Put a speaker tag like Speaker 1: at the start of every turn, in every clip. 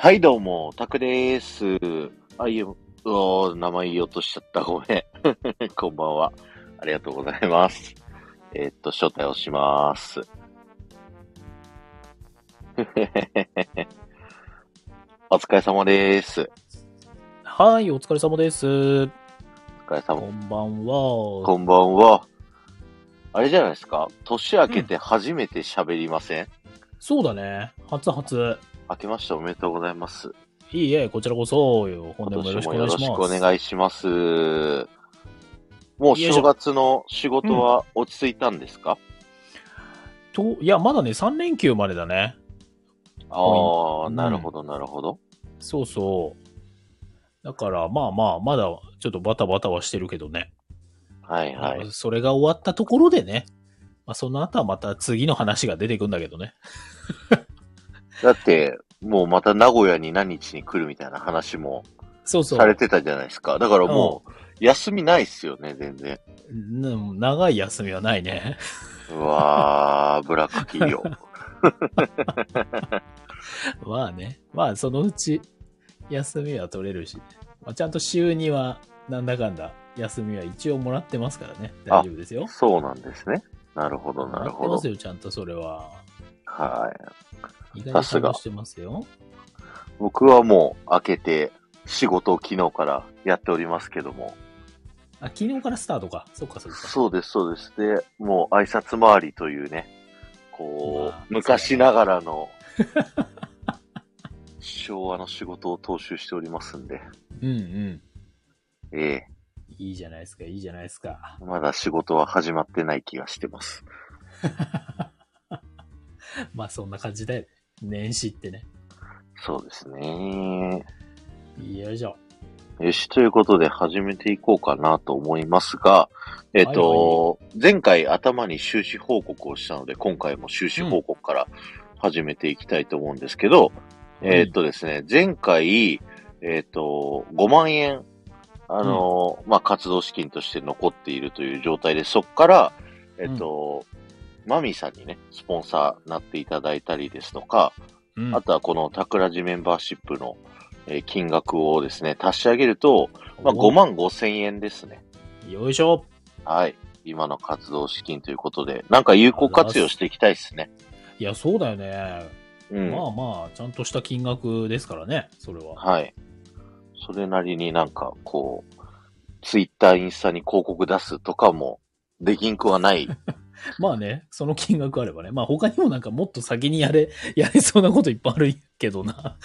Speaker 1: はい、どうも、タクです。あ、いえ、うおー名前言おうとしちゃった。ごめん。 こんばんは。ありがとうございます。えーっと、招待をします。 お疲れ様です。
Speaker 2: はい、お疲れ様です。
Speaker 1: お疲れ
Speaker 2: こ
Speaker 1: 様。
Speaker 2: んばんは。
Speaker 1: こんばんは。あれじゃないですか年明けて初めて喋りません、
Speaker 2: そうだね。初初。
Speaker 1: 明けましておめでとうございます。
Speaker 2: いいえ、こちらこそよ。本年もよろしくお願
Speaker 1: 今年もよ
Speaker 2: いします。
Speaker 1: ろしくお願いします。もう
Speaker 2: よいしょ
Speaker 1: 正月の仕事は落ち着いたんですか、
Speaker 2: と、いや、まだね、3連休までだね。
Speaker 1: ああ、
Speaker 2: うん
Speaker 1: なるほど、なるほど。
Speaker 2: そうそう。だから、まあまあ、まだ、ちょっとバタバタはしてるけどね。
Speaker 1: はいはい。
Speaker 2: それが終わったところでね。まあ、その後はまた次の話が出てくんだけどね。
Speaker 1: だって、もうまた名古屋に何日に来るみたいな話も
Speaker 2: そうそ
Speaker 1: され
Speaker 2: う。
Speaker 1: てたじゃないですか。だからもう、休みないっすよね、全然。
Speaker 2: うん長い休みはないね。
Speaker 1: うわー、 ブラック企業。
Speaker 2: まあね、まあそのうち休みは取れるし、まあ、ちゃんと週にはなんだかんだ休みは一応もらってますからね、
Speaker 1: あ
Speaker 2: 大丈夫ですよ。
Speaker 1: そうなんですね。なるほど、なる
Speaker 2: も
Speaker 1: ほ
Speaker 2: らってます
Speaker 1: ど。
Speaker 2: よ、ちゃんとそれは。
Speaker 1: はい。
Speaker 2: 意
Speaker 1: さ
Speaker 2: 外
Speaker 1: す
Speaker 2: と
Speaker 1: が
Speaker 2: 楽してますよ。
Speaker 1: 僕はもう、明けて、仕事を昨日からやっておりますけども。
Speaker 2: あ、昨日からスタートか。そっかそっか。
Speaker 1: そうです、そうです。で、もう挨拶回りというね、こ
Speaker 2: まあ
Speaker 1: う、昔ながら の、昭和の仕事を踏襲しておりますんで、
Speaker 2: うんうん。
Speaker 1: ええ
Speaker 2: いいじゃないですか、いいじゃないですか。
Speaker 1: まだ仕事は始まってない気がしてます。
Speaker 2: まあそんな感じだよね。年始ってね。
Speaker 1: そうですね。
Speaker 2: よいしょ。
Speaker 1: よし、ということで始めていこうかなと思いますが、えっ、と、前回頭に収支報告をしたので、今回も収支報告から始めていきたいと思うんですけど、
Speaker 2: ん
Speaker 1: えっ、とですね、前回、えっ、と、5万円、あの、まあ、活動資金として残っているという状態で、そこから、えっ、と、マミーさんにね、スポンサーなっていただいたりですとか、
Speaker 2: うん
Speaker 1: あとはこのタクラジメンバーシップのえー金額をですね、足し上げると、まあ、5万5千円ですね。
Speaker 2: よいしょ。
Speaker 1: はい。今の活動資金ということで、なんか有効活用していきたいですね。
Speaker 2: いや、そうだよね。
Speaker 1: うん。
Speaker 2: まあまあ、ちゃんとした金額ですからね、それは。
Speaker 1: はい。それなりになんか、こう、ツイッター、インスタに広告出すとかも、できんくは ない。
Speaker 2: まあね、その金額あればね。まあ他にもなんかもっと先にやれ、 やれそうなこといっぱいあるけどな。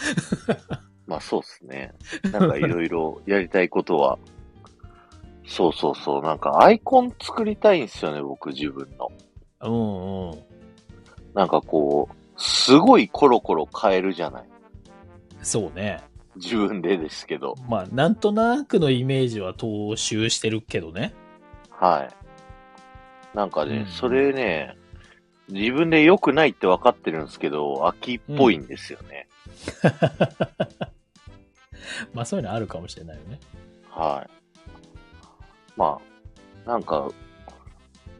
Speaker 1: まあそうですね。なんかいろいろやりたいことは、そうそうそう、なんかアイコン作りたいんですよね、僕自分の。
Speaker 2: うんうん。
Speaker 1: なんかこう、すごいコロコロ変えるじゃない。
Speaker 2: そうね。
Speaker 1: 自分でですけど。
Speaker 2: まあなんとなくのイメージは踏襲してるけどね。
Speaker 1: はい。なんかね、
Speaker 2: うん
Speaker 1: それね、自分で良くないって分かってるんですけど、秋っぽいんですよね。
Speaker 2: まあそういうのあるかもしれないよね。
Speaker 1: はい。まあ、なんか、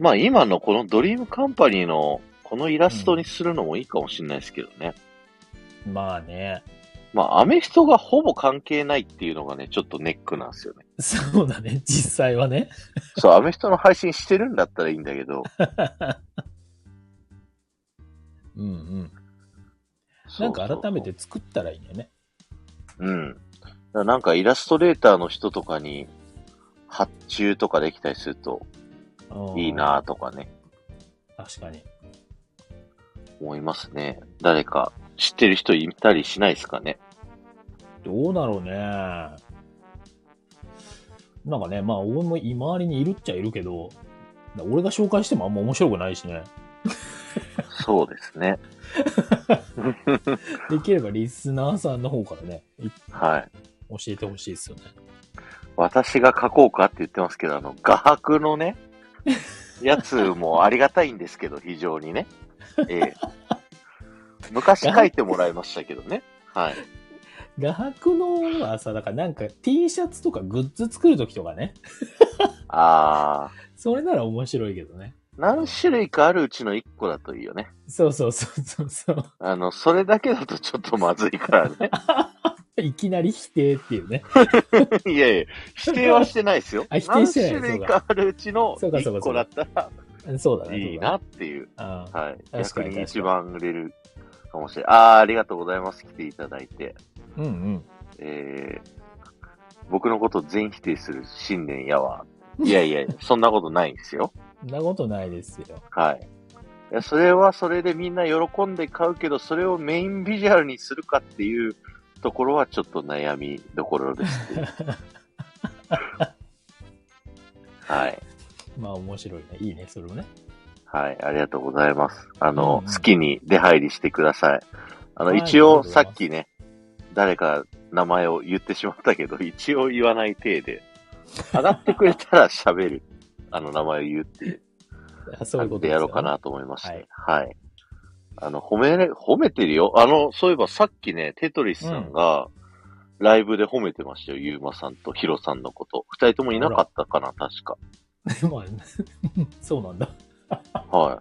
Speaker 1: まあ今のこのドリームカンパニーのこのイラストにするのもいいかもしれないですけどね。
Speaker 2: まあね。
Speaker 1: まあアメフトがほぼ関係ないっていうのがね、ちょっとネックなんですよね。
Speaker 2: そうだね。実際はね。
Speaker 1: そう、アメフトの配信してるんだったらいいんだ けど、
Speaker 2: うんうん。
Speaker 1: そ
Speaker 2: な
Speaker 1: うんそう
Speaker 2: か
Speaker 1: そう
Speaker 2: 改めて作ったらいいんだよね。
Speaker 1: うん。だからなんかイラストレーターの人とかに発注とかできたりすると
Speaker 2: うん
Speaker 1: いいなとかね、
Speaker 2: 確かに。
Speaker 1: 思いますね。誰か知ってる人いたりしないですかね。
Speaker 2: どうだろうね。なんかね、まあ、俺も周りにいるっちゃいるけど、俺が紹介してもあんま面白くないしね。
Speaker 1: そうですね。
Speaker 2: できればリスナーさんの方からね、い
Speaker 1: はい。
Speaker 2: 教えてほしいですよね。
Speaker 1: 私が書こうかって言ってますけど、あの、画伯のね、やつもありがたいんですけど、非常にね。ええ。昔書いてもらいましたけどね。はい。
Speaker 2: 画伯のはさ、だからなんか T シャツとかグッズ作るときとかね、
Speaker 1: あ
Speaker 2: それなら面白いけどね。
Speaker 1: 何種類かあるうちの1個だといいよね。
Speaker 2: そうそうそうそうそう。
Speaker 1: あの、それだけだとちょっとまずいからね。
Speaker 2: いきなり否定っていうね。
Speaker 1: いやいや、否定はしてないですよ。
Speaker 2: あ否定してない
Speaker 1: 何種類かあるうちの
Speaker 2: そうかそう
Speaker 1: 1
Speaker 2: か
Speaker 1: 個だったら
Speaker 2: そうだね。
Speaker 1: いい
Speaker 2: そうだね
Speaker 1: なっていう。
Speaker 2: ああ
Speaker 1: はい。
Speaker 2: かに
Speaker 1: 逆
Speaker 2: 確か
Speaker 1: に
Speaker 2: に
Speaker 1: 一番売れるかもしれない。ああー、ありがとうございます。来ていただいて。
Speaker 2: うんうん。
Speaker 1: えー、僕のこと全否定する新年やわ。いやいや、 そんなことないんですよ。
Speaker 2: そんなことないですよ。
Speaker 1: はい。いやそれはそれでみんな喜んで買うけど、それをメインビジュアルにするかっていうところはちょっと悩みどころです っていう。はい。
Speaker 2: まあ面白いね。いいね、それもね。
Speaker 1: はい、ありがとうございます。あの、
Speaker 2: うんうん
Speaker 1: 好きに出入りしてください。あの、
Speaker 2: はい
Speaker 1: 一
Speaker 2: あ
Speaker 1: 応
Speaker 2: りがとうござ
Speaker 1: さ
Speaker 2: います
Speaker 1: っきね、誰か名前を言ってしまったけど、一応言わない体で、上がってくれたら喋る。あの名前を言うっていう
Speaker 2: あそういう
Speaker 1: 感じで
Speaker 2: ことです
Speaker 1: や
Speaker 2: よ
Speaker 1: ろうかなと思いまして。
Speaker 2: はい
Speaker 1: はい。あの、褒めれ、褒めてるよ。あの、そういえばさっきね、テトリスさんが、ライブで褒めてましたよ。ユーマさんとヒロさんのこと。二人ともいなかったかな、確か。
Speaker 2: まあ、 そうなんだ。
Speaker 1: は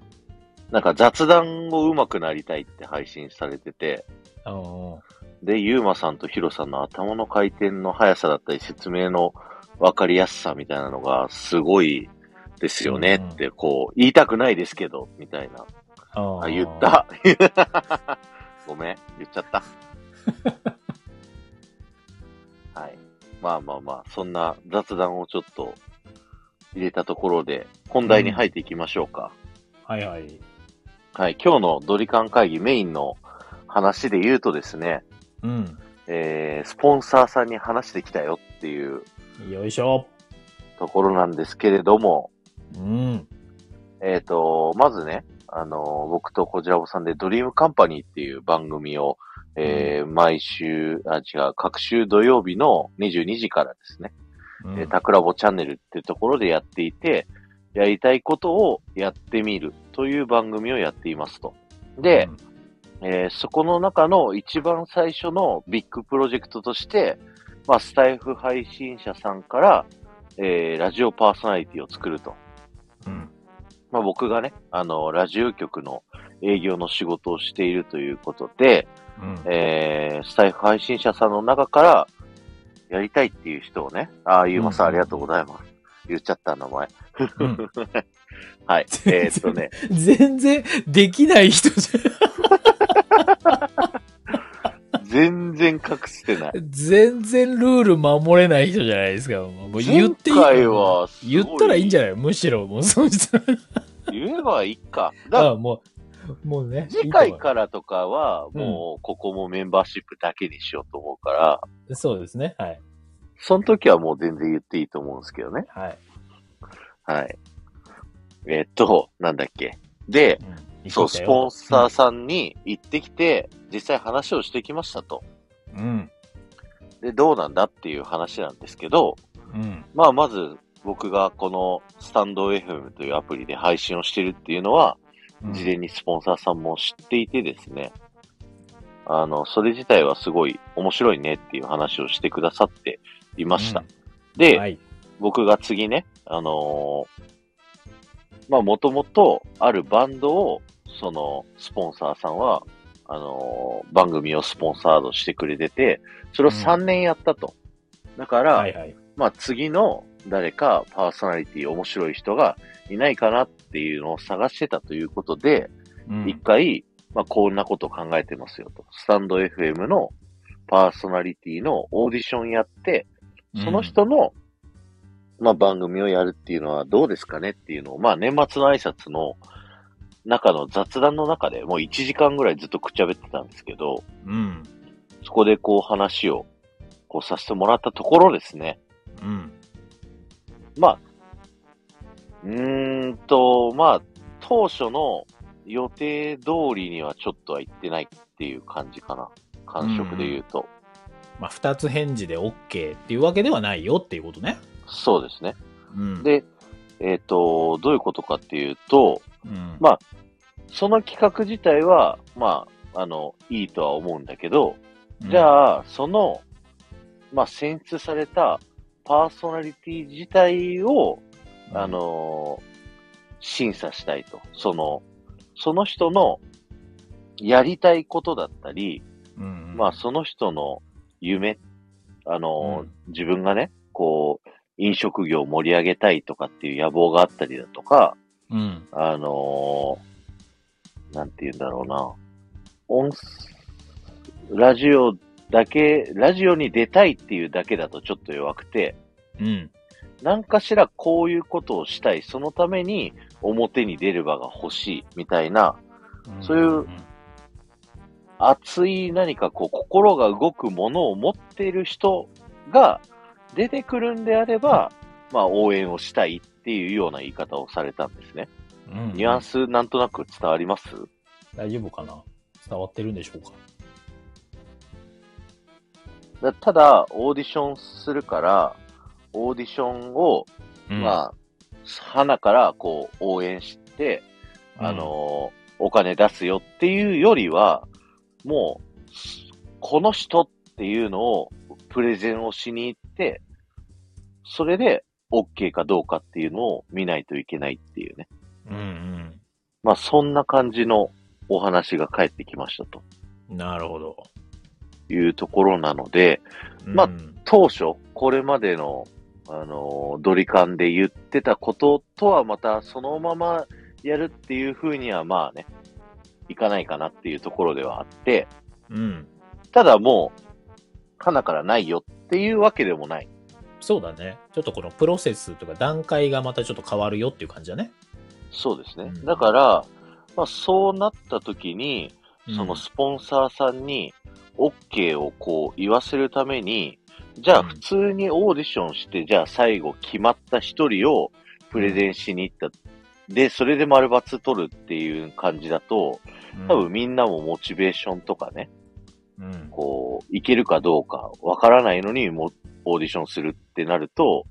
Speaker 1: い。なんか雑談を上手くなりたいって配信されてて、
Speaker 2: うんうん。
Speaker 1: で、ゆうまさんとヒロさんの頭の回転の速さだったり、説明の分かりやすさみたいなのがすごいですよねって、こう、言いたくないですけど、みたいな。
Speaker 2: あ
Speaker 1: あ、言っ。た。 ごめん、言っちゃ った。はい。まあまあまあ、そんな雑談をちょっと入れたところで、本題に入っていきましょうか。
Speaker 2: はいはい。
Speaker 1: はい、今日のドリカン会議メインの話で言うとですね、
Speaker 2: うん。
Speaker 1: えー、スポンサーさんに話してきたよっていう
Speaker 2: よいしょ。
Speaker 1: ところなんですけれども、
Speaker 2: うん。
Speaker 1: えっ、と、まずね、あのー僕とこじらぼさんでドリームカンパニーっていう番組を、えー毎週、あ、違う、各週土曜日の22時からですね、
Speaker 2: うん
Speaker 1: えータクラボチャンネルっていうところでやっていて、やりたいことをやってみるという番組をやっていますと。で、えーそこの中の一番最初のビッグプロジェクトとして、まあ、スタイフ配信者さんから、えーラジオパーソナリティを作ると。
Speaker 2: うん、
Speaker 1: まあ、僕がね、あの、ラジオ局の営業の仕事をしているということで、
Speaker 2: うん。
Speaker 1: えースタイフ配信者さんの中から、やりたいっていう人をね、ああ、ゆうまさんありがとうございます。言っちゃった名前。
Speaker 2: うん
Speaker 1: はい。えーっとね、
Speaker 2: 全然できない人じ
Speaker 1: 全然隠してない
Speaker 2: ゃ、。全然ルール守れない人じゃないですか。もうもう言っていい
Speaker 1: 前回はすごい
Speaker 2: 言ったらいいんじゃないむしろ、もうその人
Speaker 1: 言えばいいか。だから
Speaker 2: は、もう、もうね。
Speaker 1: 次回
Speaker 2: いい
Speaker 1: からとかは、もう、ここもメンバーシップだけにしようと思うから、
Speaker 2: と思う。そうですね。はい。
Speaker 1: その時はもう全然言っていいと思うんですけどね。
Speaker 2: はい。
Speaker 1: はい。えっと、なんだっけ。で、
Speaker 2: うん
Speaker 1: そう、スポンサー。さんに行ってきて、実際話をしてきましたと。
Speaker 2: うん。
Speaker 1: で、どうなんだっていう話なんですけど、
Speaker 2: うん。
Speaker 1: まあ、まず、僕がこのスタンド FM というアプリで配信をしてるっていうのは、
Speaker 2: うん
Speaker 1: 事前にスポンサーさんも知っていてですね、あの、それ自体はすごい面白いねっていう話をしてくださっていました。。
Speaker 2: う
Speaker 1: で、
Speaker 2: んはい。
Speaker 1: 僕が次ね、あのーまあ、もともとあるバンドを、その、スポンサーさんは、あのー番組をスポンサードしてくれてて、それを3年やったと。だから、
Speaker 2: はいはい。
Speaker 1: まあ、次の誰かパーソナリティ面白い人がいないかなっていうのを探してたということで、
Speaker 2: うん
Speaker 1: 一回、まあ、こんなこと考えてますよと。スタンド FM のパーソナリティのオーディションやって、その人の、まあ、番組をやるっていうのはどうですかねっていうのを、まあ、年末の挨拶の中の雑談の中でもう1時間ぐらいずっとくっちゃべってたんですけど、
Speaker 2: うん。
Speaker 1: そこでこう話をこうさせてもらったところですね。
Speaker 2: うん。
Speaker 1: まあ、うーんと、まあ、当初の予定通りにはちょっとは行ってないっていう感じかな。感触で言うと。
Speaker 2: まあ、二つ返事で OK っていうわけではないよっていうことね。
Speaker 1: そうですね。
Speaker 2: うん、
Speaker 1: で、えっ、と、どういうことかっていうと、
Speaker 2: うん、
Speaker 1: まあその企画自体は、まあ、あの、いいとは思うんだけど、じ
Speaker 2: あ、
Speaker 1: ゃあ、その、まあ、選出されたパーソナリティ自体を、あのー審査したいと。その、その人のやりたいことだったり、
Speaker 2: うん
Speaker 1: まあその人の夢、あの、自分がね、こう、飲食業を盛り上げたいとかっていう野望があったりだとか、
Speaker 2: うん。
Speaker 1: あのーなんて言うんだろうな、音、ラジオだけ、ラジオに出たいっていうだけだとちょっと弱くて、
Speaker 2: うん。
Speaker 1: なんかしらこういうことをしたい、そのために表に出る場が欲しい、みたいな、そういう熱い何かこう心が動くものを持っている人が出てくるんであれば、まあ応援をしたいっていうような言い方をされたんですね。
Speaker 2: うん、うん
Speaker 1: ニュアン。スなんとなく伝わります
Speaker 2: 大丈夫かな伝わってるんでしょうか
Speaker 1: だただ、オーディションするから、オーディションを、まあ、花からこう応援して、
Speaker 2: うん
Speaker 1: あのーお金出すよっていうよりは、もう、この人っていうのをプレゼンをしに行って、それで OK かどうかっていうのを見ないといけないっていうね。
Speaker 2: うん
Speaker 1: まあ、そんな感じのお話が返ってきましたと
Speaker 2: うん。なるほど。
Speaker 1: いうところなので、まあ
Speaker 2: うん
Speaker 1: 当初、これまでの、あのードリカンで言ってたこととはまたそのままやるっていう風にはまあね、いかないかなっていうところではあって、
Speaker 2: うん。
Speaker 1: ただもう、花からないよっていうわけでもない。
Speaker 2: そうだね。ちょっとこのプロセスとか段階がまたちょっと変わるよっていう感じだね。
Speaker 1: そうですね。
Speaker 2: うん
Speaker 1: だから、まあそうなった時に、その
Speaker 2: うん
Speaker 1: スポンサーさんに OK をこう言わせるために、じゃあ
Speaker 2: うん
Speaker 1: 普通にオーディションして、じゃあ最後決まった一人をプレゼンしに行った。で、それで丸抜取るっていう感じだと、多分みんなもモチベーションとかね、
Speaker 2: うん、
Speaker 1: こう、いけるかどうかわからないのにもオーディションするってなると、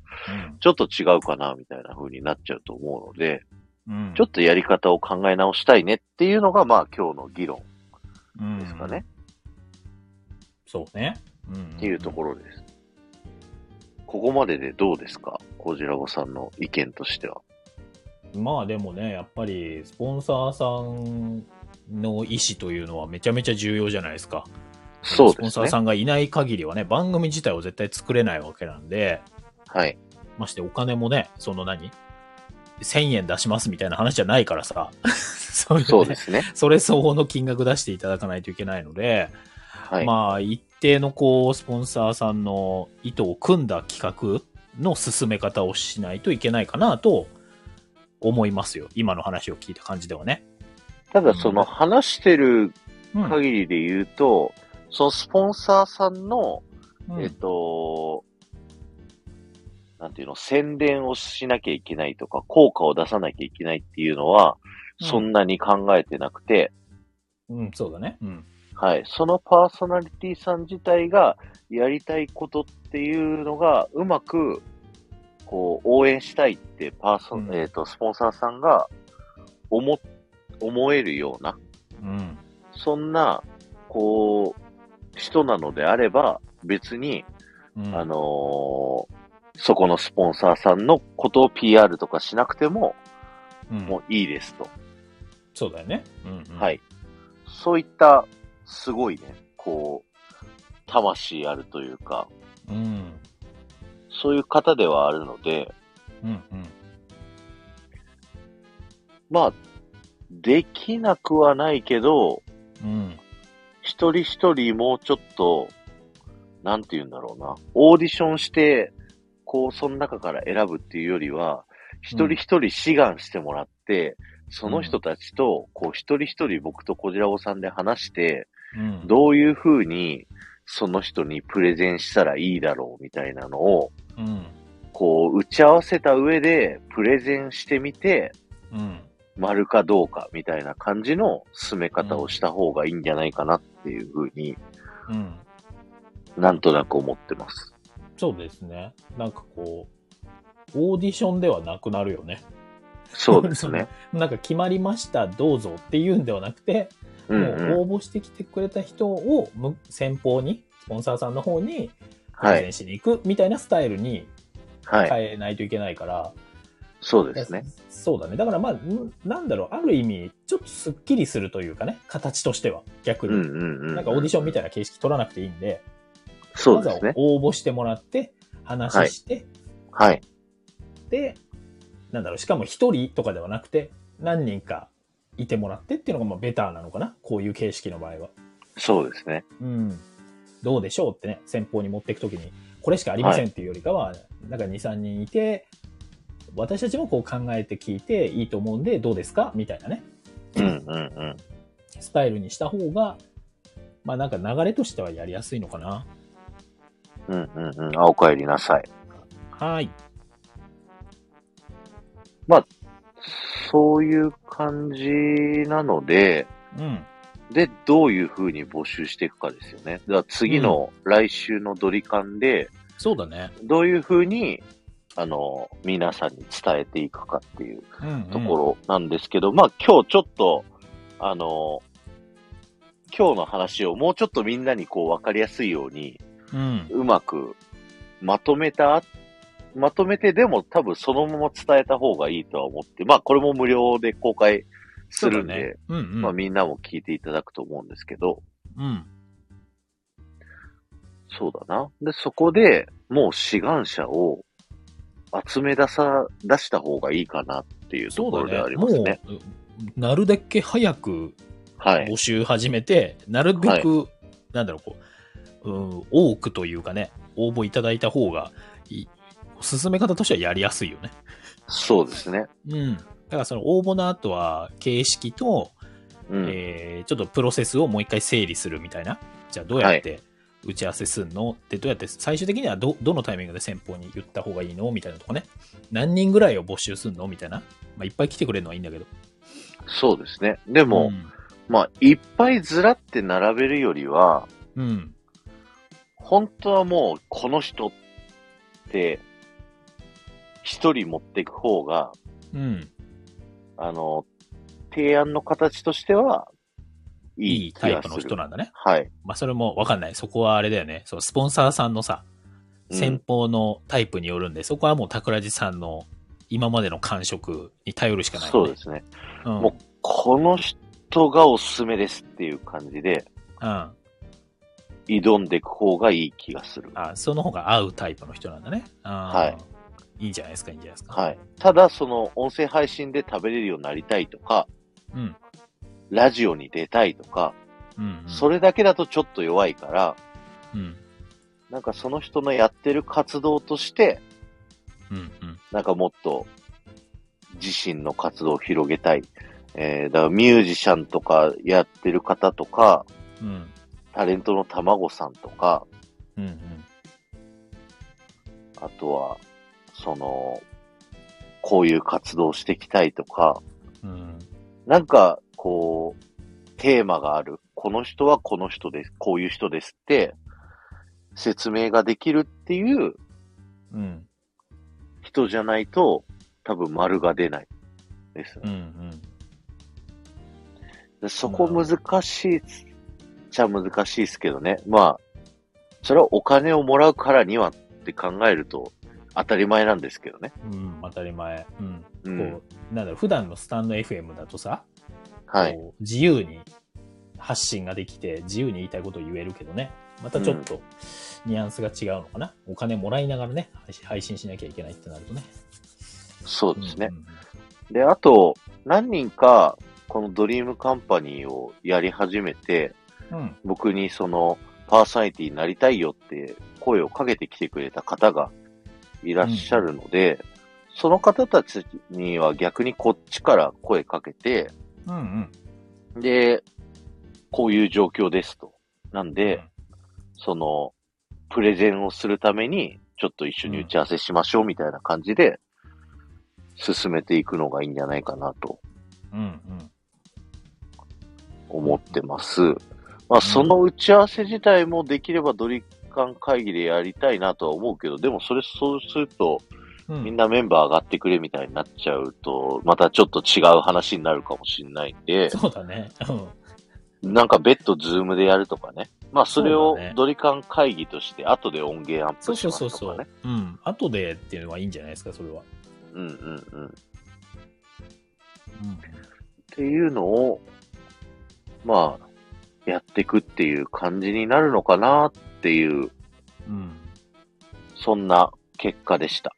Speaker 1: ちょっと違うかなみたいな風になっちゃうと思うので、
Speaker 2: うん
Speaker 1: ちょっとやり方を考え直したいねっていうのが、まあ今日の議論
Speaker 2: うん
Speaker 1: ですかね。
Speaker 2: そうね。っ
Speaker 1: っていうとこ
Speaker 2: ろ。
Speaker 1: ろです。ここまででどうですかコジラボさんの意見としては。
Speaker 2: まあでもね、やっぱりスポンサーさんの意思というのはめちゃめちゃ重要じゃないですか。
Speaker 1: そう
Speaker 2: スポ
Speaker 1: で
Speaker 2: ン
Speaker 1: す
Speaker 2: サー
Speaker 1: ね。
Speaker 2: さんがいない限りはね、番組自体を絶対作れないわけなんで、
Speaker 1: はい。
Speaker 2: ましてお金もね、その何 ?1000 円出しますみたいな話じゃないからさ。 それ
Speaker 1: そうですね。
Speaker 2: それ相応の金額出していただかないといけないので、
Speaker 1: はい。
Speaker 2: まあ、一定のこう、スポンサーさんの意図を組んだ企画の進め方をしないといけないかなと思いますよ。今の話を聞いた感じではね。
Speaker 1: ただその話してる
Speaker 2: うん
Speaker 1: 限りで言うと、そのスポンサーさんの、
Speaker 2: うん
Speaker 1: えっと、なんていうの、宣伝をしなきゃいけないとか、効果を出さなきゃいけないっていうのは、
Speaker 2: うん
Speaker 1: そんなに考えてなくて、
Speaker 2: うん、そうだね。うん。
Speaker 1: はい。そのパーソナリティさん自体がやりたいことっていうのがうまく、こう、応援したいってパーソ、
Speaker 2: うん
Speaker 1: えっ、と、スポンサーさんが思、思えるような、
Speaker 2: うん。
Speaker 1: そんな、こう、人なのであれば、別に、
Speaker 2: うん
Speaker 1: あのーそこのスポンサーさんのことを PR とかしなくても、
Speaker 2: うん
Speaker 1: もういいですと。
Speaker 2: そうだよね。うん、うん
Speaker 1: はい。そういった、すごいね、こう、魂あるというか、
Speaker 2: うん。
Speaker 1: そういう方ではあるので、
Speaker 2: うん。うん。
Speaker 1: まあ、できなくはないけど、
Speaker 2: うん。
Speaker 1: 一人一人もうちょっと、なんて言うんだろうな、オーディションして、こう、その中から選ぶっていうよりは、一人一人志願してもらって、その人たちと、こう、一人一人僕とこじらぼさんで話して、
Speaker 2: うん。
Speaker 1: どういう風に、その人にプレゼンしたらいいだろうみたいなのを、
Speaker 2: うん。
Speaker 1: こう、打ち合わせた上で、プレゼンしてみて、
Speaker 2: うん。
Speaker 1: 丸かどうかみたいな感じの進め方をした方がいいんじゃないかなっていうふうに
Speaker 2: うん。
Speaker 1: なんとなく思ってます。
Speaker 2: そうですね。なんかこう、オーディションではなくなるよね。
Speaker 1: そうですね。
Speaker 2: なんか決まりました、どうぞっていうんではなくて、
Speaker 1: うん、うん。
Speaker 2: もう応募してきてくれた人をむ先方に、スポンサーさんの方に、プ
Speaker 1: は
Speaker 2: レ
Speaker 1: い
Speaker 2: ゼ。ンしに行くみたいなスタイルに
Speaker 1: はい。
Speaker 2: 変えないといけないから、
Speaker 1: そうですね。
Speaker 2: そうだね。だからまあ、んなんだろう、ある意味、ちょっとすっきりするというかね、形としては、逆
Speaker 1: う
Speaker 2: に。
Speaker 1: んうんうん。
Speaker 2: なんかオーディションみ
Speaker 1: たい
Speaker 2: たいな形式取らなくていいんで、
Speaker 1: そうですね
Speaker 2: まず。は応募してもらって、話して、
Speaker 1: はい。
Speaker 2: で、なんだろう、しかも一人とかではなくて、何人かいてもらってっていうのがまあベターなのかな。こういう形式の場合は。
Speaker 1: そうですね。
Speaker 2: うん。どうでしょうってね、先方に持っていくときに、これしかありませんっていうよりかは、なんか2、3人いて、私たちもこう考えて聞いていいと思うんで、どうですかみたいなね、
Speaker 1: うんうんうん。
Speaker 2: スタイルにした方が、まあなんか流れとしてはやりやすいのかな。
Speaker 1: うんうんうん。あ、お帰りなさい。
Speaker 2: はい。
Speaker 1: そういう感じなので、
Speaker 2: うん。
Speaker 1: で、どういうふうに募集していくかですよね。だから次の来週のドリカンで、
Speaker 2: そうだね。
Speaker 1: どういうふうに、あの、皆さんに伝えていくかっていう
Speaker 2: うん、
Speaker 1: ところなんですけど、まあ今日ちょっと、あの、今日の話をもうちょっとみんなにこう分かりやすいように、
Speaker 2: ろ。うん。
Speaker 1: うまくまとめた、まとめてでも多分そのまま伝えた方がいいとは思って、まあこれも無料で公開するんで、
Speaker 2: そうだね。うんうん。
Speaker 1: まあみんなも聞いていただくと思うんですけど、
Speaker 2: うん。
Speaker 1: そうだな。で、そこでもう志願者を集め出さ、出した方がいいかなっていうと
Speaker 2: そ
Speaker 1: ころ
Speaker 2: う
Speaker 1: で
Speaker 2: だ
Speaker 1: はあ
Speaker 2: ね。
Speaker 1: り
Speaker 2: も
Speaker 1: ますね。
Speaker 2: う、なるだけ早く
Speaker 1: はい。
Speaker 2: 募集始めて、なるべく、なんだろう、こう、うん、多くというかね、応募いただいた方がいい、進め方としてはやりやすいよね。
Speaker 1: そうですね。
Speaker 2: うん。だからその応募の後は、形式と、
Speaker 1: うん。
Speaker 2: えーちょっとプロセスをもう一回整理するみたいな。じゃあどうやって打ち合わせすんのってどうやって、最終的にはど、どのタイミングで先方に言った方がいいのみたいなとこね。何人ぐらいを募集すんのみたいな。まあ、いっぱい来てくれるのはいいんだけど。
Speaker 1: そうですね。でも、まあ、いっぱいずらって並べるよりは、
Speaker 2: うん。うん。
Speaker 1: 本当はもう、この人って、一人持っていく方が、
Speaker 2: うん。
Speaker 1: あの、提案の形としては、い
Speaker 2: い
Speaker 1: い
Speaker 2: い
Speaker 1: 気
Speaker 2: タイ
Speaker 1: が
Speaker 2: プ
Speaker 1: する。
Speaker 2: の人なんだね。
Speaker 1: はい。
Speaker 2: まあ、それもわかんない。そこはあれだよね。そのスポンサーさんのさ、
Speaker 1: うん
Speaker 2: 先方のタイプによるんで、そこはもう桜地さんの今までの感触に頼るしかない、ね。
Speaker 1: そうですね。
Speaker 2: うん。
Speaker 1: もこの人がおすすめですっていう感じで、
Speaker 2: うん。あ
Speaker 1: 挑んでいく方がいい気がする。
Speaker 2: その方が合うタイプの人なんだね。は。
Speaker 1: はい
Speaker 2: いいんじゃないですか、いいんじゃないですか。
Speaker 1: はい。ただ、その、音声配信で食べれるようになりたいとか、
Speaker 2: うん。
Speaker 1: ラジオに出たいとか、
Speaker 2: うん、うん。
Speaker 1: それだけだとちょっと弱いから、
Speaker 2: うん。
Speaker 1: なんかその人のやってる活動として、
Speaker 2: うん。うん。
Speaker 1: なんかもっと自身の活動を広げたい。えー、だからミュージシャンとかやってる方とか、
Speaker 2: うん。
Speaker 1: タレントの卵さんとか、
Speaker 2: うん。
Speaker 1: あとは、その、こういう活動をしていきたいとか、
Speaker 2: うん。うん。
Speaker 1: なんか、こう、テーマがある。この人はこの人です。こういう人ですって、説明ができるっていう
Speaker 2: うん。
Speaker 1: 人じゃないと、多分丸が出ない。です
Speaker 2: うん。う
Speaker 1: ね。
Speaker 2: ん。
Speaker 1: でそこ難しいっちゃ難しいですけどね。まあ、それはお金をもらうからにはって考えると当たり前なんですけどね。
Speaker 2: うん。当たり前。うん。
Speaker 1: う
Speaker 2: こ
Speaker 1: ん。
Speaker 2: う、なんだろう、普段のスタンド FM だとさ、
Speaker 1: はい。
Speaker 2: こう自由に発信ができて、自由に言いたいことを言えるけどね、またちょっとニュアンスが違うのかな。お金もらいながらね、配信配信しなきゃいけないってなるとね。
Speaker 1: そうですね
Speaker 2: ん。ん
Speaker 1: で、あと、何人か、このドリームカンパニーをやり始めて、
Speaker 2: うん。
Speaker 1: 僕にそのパーソナリティになりたいよって声をかけてきてくれた方がいらっしゃるので、その方たちには逆にこっちから声かけて、
Speaker 2: うんうん。
Speaker 1: で、こういう状況ですと。なんで、その、プレゼンをするために、ちょっと一緒に打ち合わせしましょうみたいな感じで、進めていくのがいいんじゃないかなと
Speaker 2: うんうん。
Speaker 1: 思ってます。まあ、その打ち合わせ自体もできればドリカン会議でやりたいなとは思うけど、でもそれそうすると、
Speaker 2: うん
Speaker 1: みんなメンバー上がってくれみたいになっちゃうと、またちょっと違う話になるかもしれないんで、
Speaker 2: そうだね。うん。
Speaker 1: なんか別途ズームでやるとかね。まあ、それ
Speaker 2: そう
Speaker 1: を
Speaker 2: だね
Speaker 1: ドリカン会議として、後で音源アッ
Speaker 2: そう
Speaker 1: プし
Speaker 2: そう
Speaker 1: ます
Speaker 2: そ
Speaker 1: と
Speaker 2: うそ
Speaker 1: かね
Speaker 2: う。。うん。後でっていうのはいいんじゃないですか、それは。
Speaker 1: うんうんうん。っ
Speaker 2: うん
Speaker 1: ていうのを、まあ、やっていくっていう感じになるのかなっていう、
Speaker 2: うん。
Speaker 1: そんな結果でした。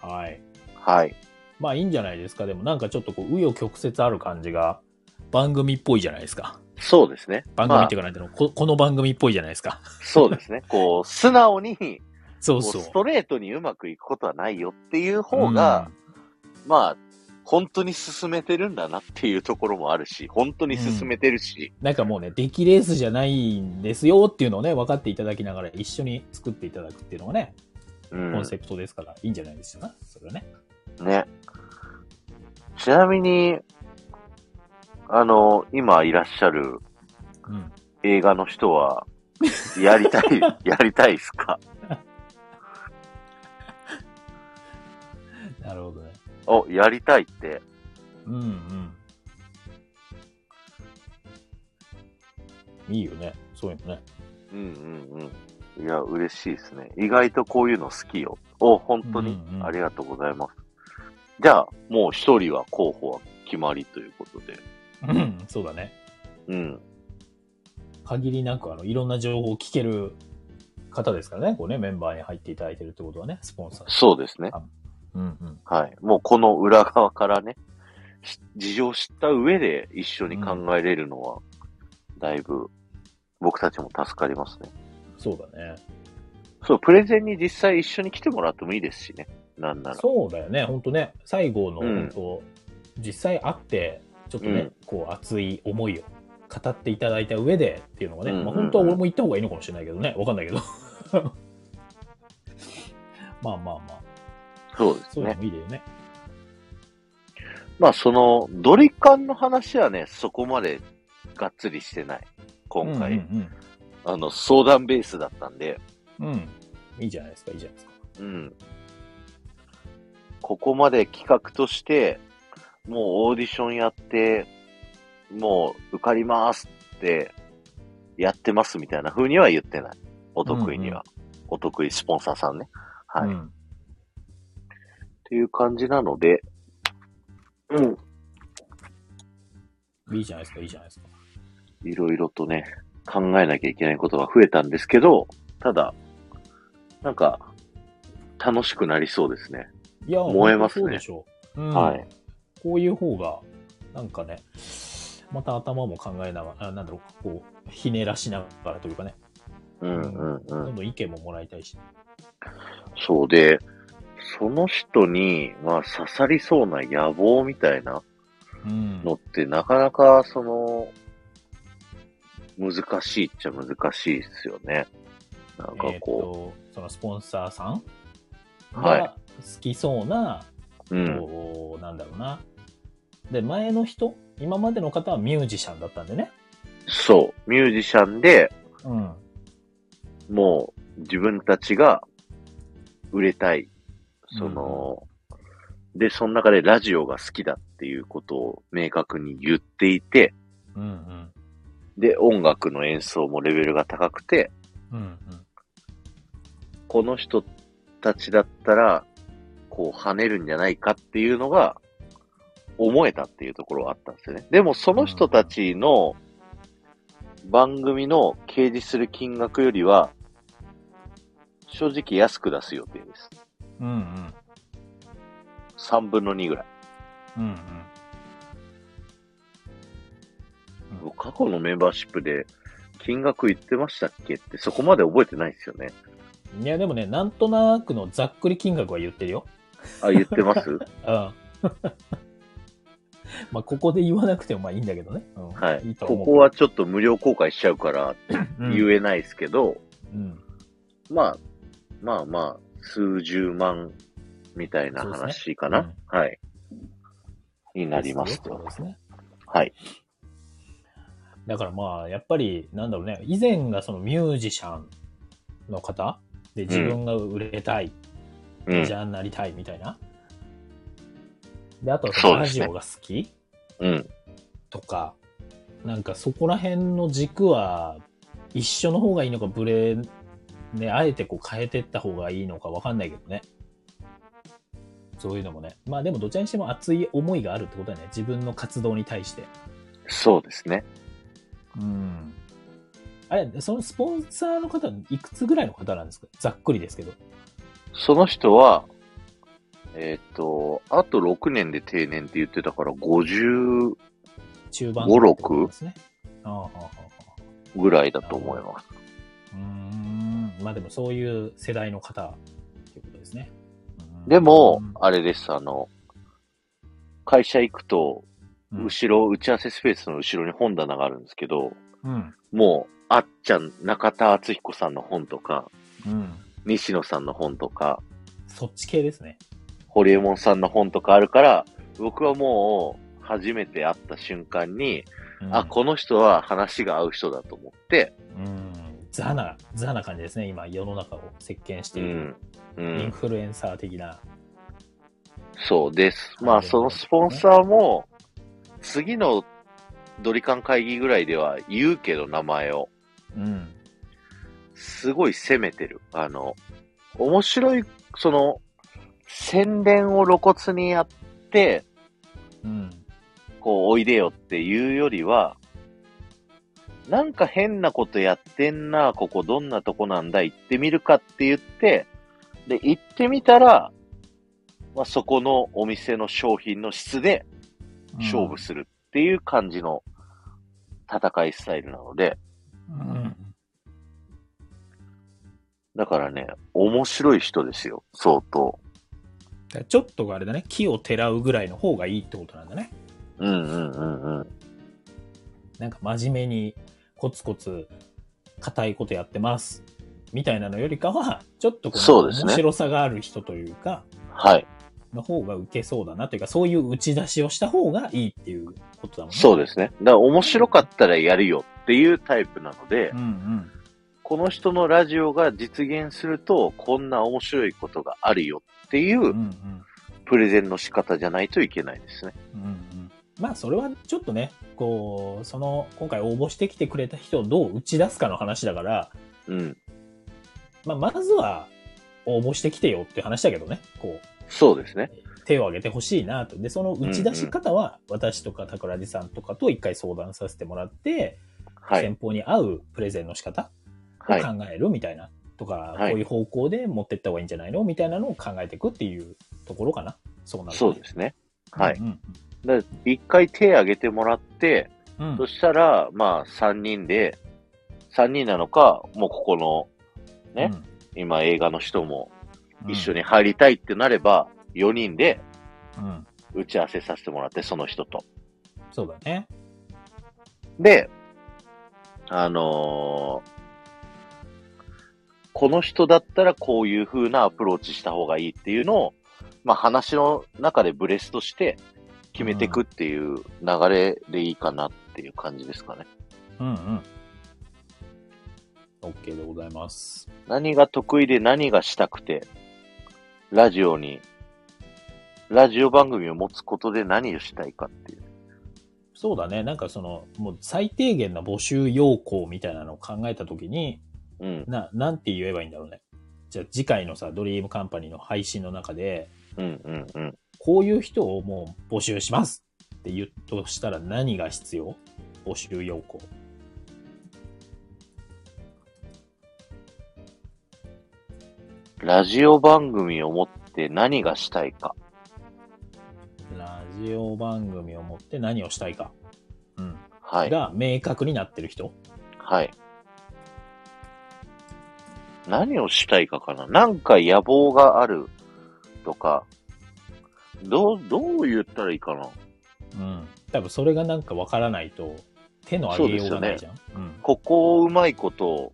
Speaker 2: はい。
Speaker 1: はい。
Speaker 2: まあいいんじゃないですか。でもなんかちょっとこう、紆余曲折ある感じが、番組っぽいじゃないですか。
Speaker 1: そうですね。
Speaker 2: 番組ってい
Speaker 1: ま
Speaker 2: うかなんていうの、ここの番組っぽいじゃないですか。
Speaker 1: あ、そうですね。こう、素直に、
Speaker 2: そ
Speaker 1: こ
Speaker 2: う
Speaker 1: う
Speaker 2: そう。
Speaker 1: ストレートにうまくいくことはないよっていう方が、まあ、本当に進めてるんだなっていうところもあるし、本当に進めてるし、
Speaker 2: うん、なんかもうね、出来レースじゃないんですよっていうのをね、分かっていただきながら一緒に作っていただくっていうのがね、
Speaker 1: うん
Speaker 2: コンセプトですから、いいんじゃないですか、それはね。
Speaker 1: ね。ちなみに、あの、今いらっしゃる
Speaker 2: うん。
Speaker 1: 映画の人は、や りたい、やりたいっすか
Speaker 2: なるほどね。
Speaker 1: お、やりたいって。
Speaker 2: うんうん。いいよね。そういうのね。
Speaker 1: うんうんうん。いや、嬉しいですね。意外とこういうの好きよ。お、本当に、
Speaker 2: うんうん
Speaker 1: ありがとうございます。じゃあ、もう一人は候補は決まりということで。
Speaker 2: うん、そうだね。
Speaker 1: うん。
Speaker 2: 限りなく、あの、いろんな情報を聞ける方ですからね。こうね、メンバーに入っていただいてるってことはね、スポンサー。
Speaker 1: そうですね。
Speaker 2: うんうん。
Speaker 1: はい。もうこの裏側からね、し事情を知った上で一緒に考えれるのは、だいぶ僕たちも助かりますね。
Speaker 2: そうだね。
Speaker 1: そう、プレゼンに実際一緒に来てもらってもいいですしね。なんなら。
Speaker 2: そうだよね、本当ね、最後の、
Speaker 1: うん
Speaker 2: 本当、実際会って、ちょっとね、
Speaker 1: うん
Speaker 2: こう熱い思いを語っていただいた上でっていうのがね、
Speaker 1: うんうんうん
Speaker 2: まあ、本当は俺も行った方がいいのかもしれないけどね、わかんないけど。 まあまあまあ、
Speaker 1: そうです
Speaker 2: そういう
Speaker 1: ね
Speaker 2: の。もいいだよね。
Speaker 1: まあその、ドリカンの話はね、そこまでがっつりしてない。今回。
Speaker 2: うん
Speaker 1: あの、相談ベースだったんで、
Speaker 2: うん、うん、うんいいじゃないですか、いいじゃないですか。
Speaker 1: うん。ここまで企画として、もうオーディションやって、もう受かりますって、やってますみたいな風には言ってない。お得意には。お得意スポンサーさんね。はい。
Speaker 2: う
Speaker 1: っ
Speaker 2: ん
Speaker 1: ていう感じなので、うん。
Speaker 2: いいじゃないですか、いいじゃないですか。
Speaker 1: いろいろとね、考えなきゃいけないことが増えたんですけど、ただ、なんか、楽しくなりそうですね。
Speaker 2: いや、
Speaker 1: 燃えますね
Speaker 2: 本当そうでしょう。うん
Speaker 1: はい。
Speaker 2: こういう方が、なんかね、また頭も考えながら、あなんだろう、こう、ひねらしながらというかね、
Speaker 1: うんうんうん
Speaker 2: ど。んどん意見ももらいたいし。
Speaker 1: そうで、その人に、まあ、刺さりそうな野望みたいな
Speaker 2: うん
Speaker 1: のって、なかなか、その、難しいっちゃ難しいですよね。なんか
Speaker 2: えーっ、
Speaker 1: こと
Speaker 2: そのスポンサーさん
Speaker 1: はい
Speaker 2: が好きそうな、
Speaker 1: う、うん、
Speaker 2: こうなんだろうな。で、前の人、今までの方はミュージシャンだったんでね。
Speaker 1: そう、ミュージシャンで
Speaker 2: うん。
Speaker 1: もう自分たちが売れたい。その、で、その中でラジオが好きだっていうことを明確に言っていて、
Speaker 2: うんうん。
Speaker 1: で、音楽の演奏もレベルが高くて、
Speaker 2: うんうん。
Speaker 1: この人たちだったら、こう跳ねるんじゃないかっていうのが、思えたっていうところはあったんですよね。でもその人たちの番組の掲示する金額よりは、正直安く出す予定です。
Speaker 2: うんうん。
Speaker 1: 3分の2ぐらい。
Speaker 2: うんうん。
Speaker 1: 僕過去のメンバーシップで金額言ってましたっけってそこまで覚えてないですよね。
Speaker 2: うんいや、でもね、なんとなくのざっくり金額は言ってるよ。
Speaker 1: あ、言ってます
Speaker 2: うん。まあ、ここで言わなくてもまあいいんだけどね。うん
Speaker 1: はい。
Speaker 2: と
Speaker 1: こ
Speaker 2: 思う
Speaker 1: こはちょっと無料公開しちゃうから
Speaker 2: うん
Speaker 1: 言えないですけど、
Speaker 2: うん。
Speaker 1: まあ、まあまあ、数十万みたいな
Speaker 2: そうです
Speaker 1: 話かな、
Speaker 2: うん
Speaker 1: はい。になります
Speaker 2: そう
Speaker 1: と。
Speaker 2: ですね。
Speaker 1: はい。
Speaker 2: だからまあ、やっぱり、なんだろうね、以前がそのミュージシャンの方で、自分が売れたい、
Speaker 1: う
Speaker 2: メ
Speaker 1: ん
Speaker 2: ジ。ャーになりたいみたいな。で、あとはそ
Speaker 1: そう
Speaker 2: のラ
Speaker 1: です
Speaker 2: ジ
Speaker 1: ね
Speaker 2: オが好き
Speaker 1: うん。
Speaker 2: とか、なんかそこら辺の軸は一緒の方がいいのか、ブレ、ね、あえてこう変えてった方がいいのかわかんないけどね。そういうのもね。まあでもどちらにしても熱い思いがあるってことだよね。自分の活動に対して。
Speaker 1: そうですね。
Speaker 2: うん。あれ、そのスポンサーの方、いくつぐらいの方なんですかざっくりですけど。
Speaker 1: その人は、えっ、と、あと6年で定年って言ってたから、50
Speaker 2: 中盤
Speaker 1: 5 6
Speaker 2: ってことですね。ああああああ
Speaker 1: ぐらいだと思います。
Speaker 2: うーん。まあでもそういう世代の方ってことですね。うん
Speaker 1: でも
Speaker 2: うん、
Speaker 1: あれです、あの、会社行くと、
Speaker 2: うん
Speaker 1: 後ろ、打ち合わせスペースの後ろに本棚があるんですけど、
Speaker 2: うん。
Speaker 1: もう、あっちゃん、中田敦彦さんの本とか、
Speaker 2: うん。
Speaker 1: 西野さんの本とか、
Speaker 2: そっち系ですね。
Speaker 1: ホリエモンさんの本とかあるから、僕はもう、初めて会った瞬間に、
Speaker 2: うん
Speaker 1: あ、この人は話が合う人だと思って、
Speaker 2: うん。ザな、ザな感じですね。今、世の中を席巻して
Speaker 1: う
Speaker 2: いる。
Speaker 1: ん。う
Speaker 2: イン
Speaker 1: ん。
Speaker 2: フルエンサー的な。
Speaker 1: そうです。まあ、そのスポンサーも、次のドリカン会議ぐらいでは言うけど、名前を。
Speaker 2: うん。
Speaker 1: すごい攻めてる。あの、面白い、その、宣伝を露骨にやって、
Speaker 2: うん。
Speaker 1: こう、おいでよっていうよりは、なんか変なことやってんな、ここどんなとこなんだ、行ってみるかって言って、で、行ってみたら、まあ、そこのお店の商品の質で勝負するっていう感じの戦いスタイルなので、
Speaker 2: うん。
Speaker 1: だからね、面白い人ですよ、相当。
Speaker 2: だからちょっとあれだね、木をてらうぐらいの方がいいってことなんだね。
Speaker 1: うんうんうんうん。
Speaker 2: なんか真面目にコツコツ硬いことやってます。みたいなのよりかは、ちょっとこの
Speaker 1: そうですね
Speaker 2: 面白さがある人というか、
Speaker 1: はい。
Speaker 2: の方が受けそうだなというか、そういう打ち出しをした方がいいっていうことだもんね。
Speaker 1: そうですね。だから面白かったらやるよっていうタイプなので、
Speaker 2: うんうん。
Speaker 1: この人のラジオが実現すると、こんな面白いことがあるよってい
Speaker 2: うんう。
Speaker 1: うんプレゼンの仕方じゃないといけないですね。
Speaker 2: うんうんまあそれはちょっとね、こう、その、今回応募してきてくれた人をどう打ち出すかの話だから、
Speaker 1: うん。
Speaker 2: まあまずは応募してきてよっていう話だけどね、こ
Speaker 1: そうですね。
Speaker 2: う、手を挙げてほしいなと。で、その打ち出し方は私とか桜地さんとかと一回相談させてもらって、
Speaker 1: はい。
Speaker 2: 先方に合うプレゼンの仕方を
Speaker 1: はい。
Speaker 2: 考えるみたいな。とか、
Speaker 1: はい
Speaker 2: こういう方向で持ってった方がいいんじゃないのみたいなのを考えていくっていうところかな。そうなると
Speaker 1: そ
Speaker 2: ね
Speaker 1: うですね。はい。
Speaker 2: うん
Speaker 1: だから一回手挙げてもらって、
Speaker 2: うんうん
Speaker 1: そしたら、まあ、三人で、三人なのか、もうここの、ね今映画の人も
Speaker 2: うん
Speaker 1: 一緒に入りたいってなれば、四人で
Speaker 2: うん
Speaker 1: 打ち合わせさせてもらって、その人と。
Speaker 2: そうだね。
Speaker 1: で、あのーこの人だったらこういう風なアプローチした方がいいっていうのを、まあ話の中でブレストして決めていくっていう流れでいいかなっていう感じですかね。
Speaker 2: うんうん。OK でございます。
Speaker 1: 何が得意で何がしたくて、ラジオに、ラジオ番組を持つことで何をしたいかっていう。
Speaker 2: そうだね。なんかその、もう最低限の募集要項みたいなのを考えたときに、
Speaker 1: うん、
Speaker 2: な、なんて言えばいいんだろうね。じゃあ次回のさ、ドリームカンパニーの配信の中で、
Speaker 1: うん、うん、うん。
Speaker 2: こういう人をもう募集しますって言うとしたら何が必要募集要項。
Speaker 1: ラジオ番組を持って何がしたいか。
Speaker 2: ラジオ番組を持って何をしたいか。うん。
Speaker 1: はい。
Speaker 2: が明確になってる人。
Speaker 1: はい。何をしたいかかななんか野望があるとか、どう、どう言ったらいいかな
Speaker 2: うん。多分それがなんかわからないと、手の挙げようがないじゃん。うん。
Speaker 1: ここをうまいこと、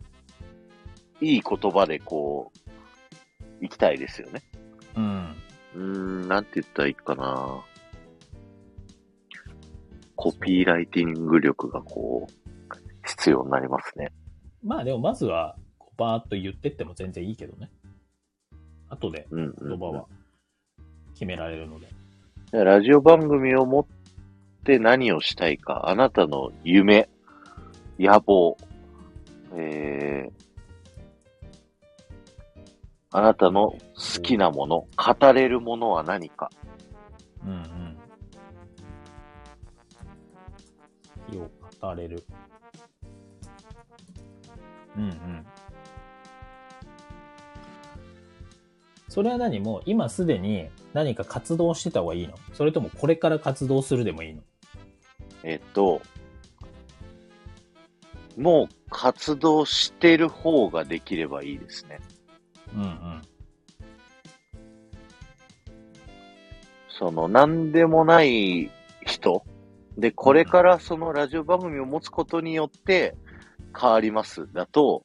Speaker 1: いい言葉でこう、行きたいですよね。
Speaker 2: うん。
Speaker 1: うーん、なんて言ったらいいかなコピーライティング力がこう、必要になりますね。
Speaker 2: まあでもまずは、こうバーっと言ってっても全然いいけどね。後で
Speaker 1: うん、うん。
Speaker 2: 言葉は決められるので。
Speaker 1: ラジオ番組を持って何をしたいか、あなたの夢、野望、えー、あなたの好きなもの、語れるものは何か。
Speaker 2: うんうん。よう語れる。うんうん。それは何もう今すでに何か活動してた方がいいのそれともこれから活動するでもいいの
Speaker 1: えっと、もう活動してる方ができればいいですね。
Speaker 2: うんうん。
Speaker 1: その、なんでもない人。で、これからそのラジオ番組を持つことによって変わります。だと、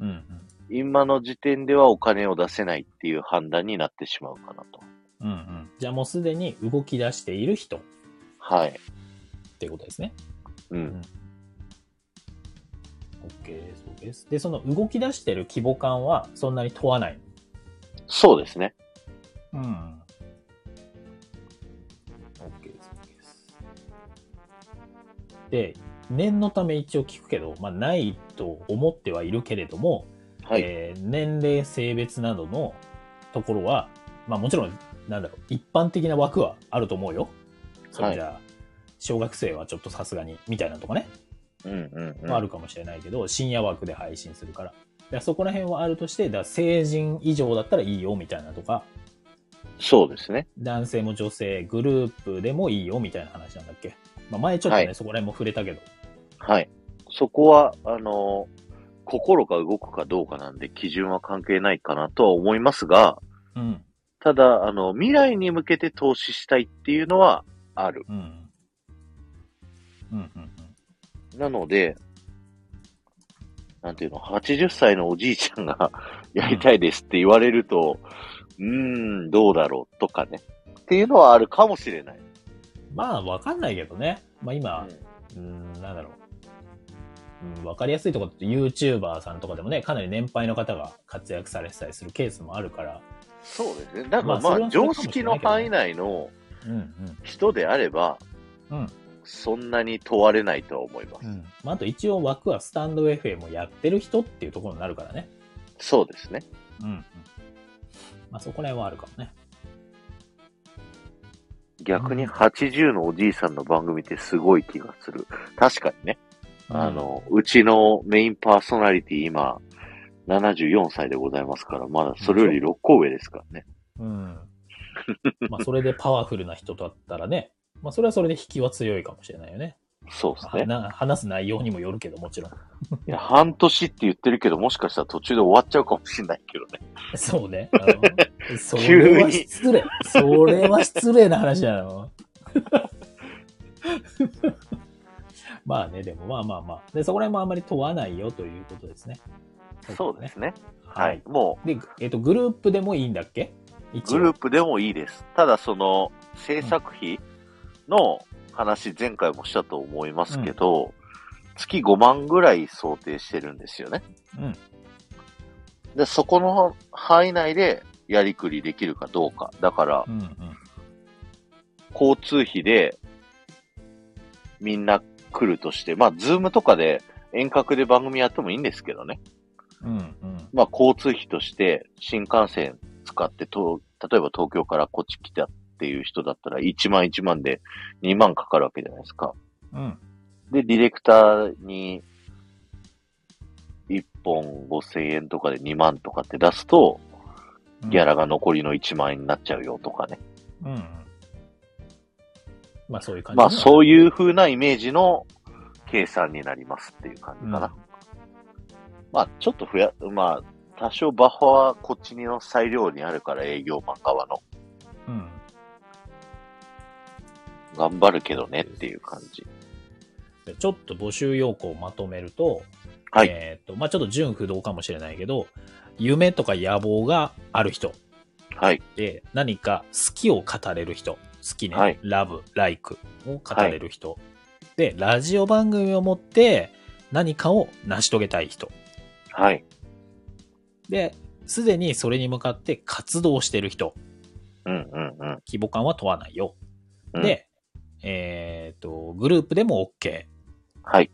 Speaker 2: うんうん。
Speaker 1: 今の時点ではお金を出せないっていう判断になってしまうかなと。
Speaker 2: うんうん。じゃあもうすでに動き出している人っ
Speaker 1: はい。
Speaker 2: てことですね。
Speaker 1: うん。
Speaker 2: OK そうです。で、その動き出してる規模感はそんなに問わない。
Speaker 1: そうですね。
Speaker 2: うん。OK です。OK です。で、念のため一応聞くけど、まあ、ないと思ってはいるけれども、
Speaker 1: はい。
Speaker 2: えー年齢、性別などのところは、まあもちろん、なんだろう、一般的な枠はあると思うよ。それじゃあ、小学生はちょっとさすがに、みたいなとかね、
Speaker 1: うんうん、うん。
Speaker 2: まああるかもしれないけど、深夜枠で配信するから。だからそこら辺はあるとして、だから成人以上だったらいいよ、みたいなとか、
Speaker 1: そうですね。
Speaker 2: 男性も女性、グループでもいいよ、みたいな話なんだっけ。まあ前ちょっとね、
Speaker 1: はい
Speaker 2: そこら辺も触れたけど。
Speaker 1: はい。そこは、あの心が動くかどうかなんで、基準は関係ないかなとは思いますが、
Speaker 2: うん。
Speaker 1: ただ、あの、未来に向けて投資したいっていうのはある。
Speaker 2: うん。うん、うん、
Speaker 1: なので、なんていうの、80歳のおじいちゃんが やりたいですって言われると、うーん、どうだろうとかね。っていうのはあるかもしれない。
Speaker 2: うん。まあわかんないけどね。まあ今、うーん、なんだろう。うん、わかりやすいところって YouTuber さんとかでもね、かなり年配の方が活躍されてたりするケースもあるから。
Speaker 1: そうですね。だから
Speaker 2: まあ
Speaker 1: ま
Speaker 2: それ
Speaker 1: あ、
Speaker 2: はそうか
Speaker 1: 常
Speaker 2: もしれないけ
Speaker 1: 識
Speaker 2: どね
Speaker 1: の範囲内の
Speaker 2: うん
Speaker 1: 人であれば、
Speaker 2: うん。うん。
Speaker 1: そんなに問われないとは思います。
Speaker 2: うん。まあ、あと一応枠はスタンド FM をやってる人っていうところになるからね。
Speaker 1: そうですね。
Speaker 2: うん、うん。まあそこら辺はあるかもね。
Speaker 1: 逆に80のおじいさんの番組ってすごい気がする。確かにね。あ、の、うちのメインパーソナリティ今、74歳でございますから、まだそれより6個上ですからね。
Speaker 2: うん。まあそれでパワフルな人だったらね、まあそれはそれで引きは強いかもしれないよね。
Speaker 1: そうですね。
Speaker 2: な話す内容にもよるけどもちろん。
Speaker 1: いや、半年って言ってるけど、もしかしたら途中で終わっちゃうかもしれないけどね。
Speaker 2: そうね。あ のそれは失礼。それは失礼な話なの。 まあね、でもまあまあまあ。で、そこら辺もあんまり問わないよということですね。
Speaker 1: そうですね。
Speaker 2: は
Speaker 1: はいい。。も
Speaker 2: で、えっ、と、グループでもいいんだっけ
Speaker 1: う、
Speaker 2: 一
Speaker 1: グルー
Speaker 2: 応。
Speaker 1: プでもいいです。ただ、その、制作費の話、前回もしたと思いますけど、月5万ぐらい想定してるんですよね。
Speaker 2: うん。
Speaker 1: で、そこの範囲内でやりくりできるかどうか。だから
Speaker 2: う、んうん。
Speaker 1: 交通費でみんな来るとして、まあ、ズームとかで遠隔で番組やってもいいんですけどね。
Speaker 2: うんうん。
Speaker 1: まあ、交通費として新幹線使ってと、例えば東京からこっち来たっていう人だったら1万1万で2万かかるわけじゃないですか。
Speaker 2: うん。
Speaker 1: で、ディレクターに1本5000円とかで2万とかって出すと、ギャラが残りの1万円になっちゃうよとかね。
Speaker 2: うんうん。まあそういう感じ。
Speaker 1: まあそう
Speaker 2: いう。
Speaker 1: いう風なイメージの計算になりますっていう感じかな。
Speaker 2: うん
Speaker 1: まあちょっと増や、まあ多少バッファはこっちにの裁量にあるから営業マン側の
Speaker 2: うん。
Speaker 1: 頑張るけどねっていう感じ。
Speaker 2: でちょっと募集要項をまとめると、
Speaker 1: はい
Speaker 2: えっ、と、まあちょっと純不動かもしれないけど、夢とか野望がある人。
Speaker 1: はい。
Speaker 2: で、何か好きを語れる人。好きね。
Speaker 1: はい
Speaker 2: ラブ、ライクを語れる人。で、ラジオ番組を持って何かを成し遂げたい人。
Speaker 1: はい。
Speaker 2: で、すでにそれに向かって活動してる人。
Speaker 1: うんうんうん
Speaker 2: 規模感は問わないよ。
Speaker 1: うん。、
Speaker 2: で、えっ、と、グループでも OK。
Speaker 1: はい。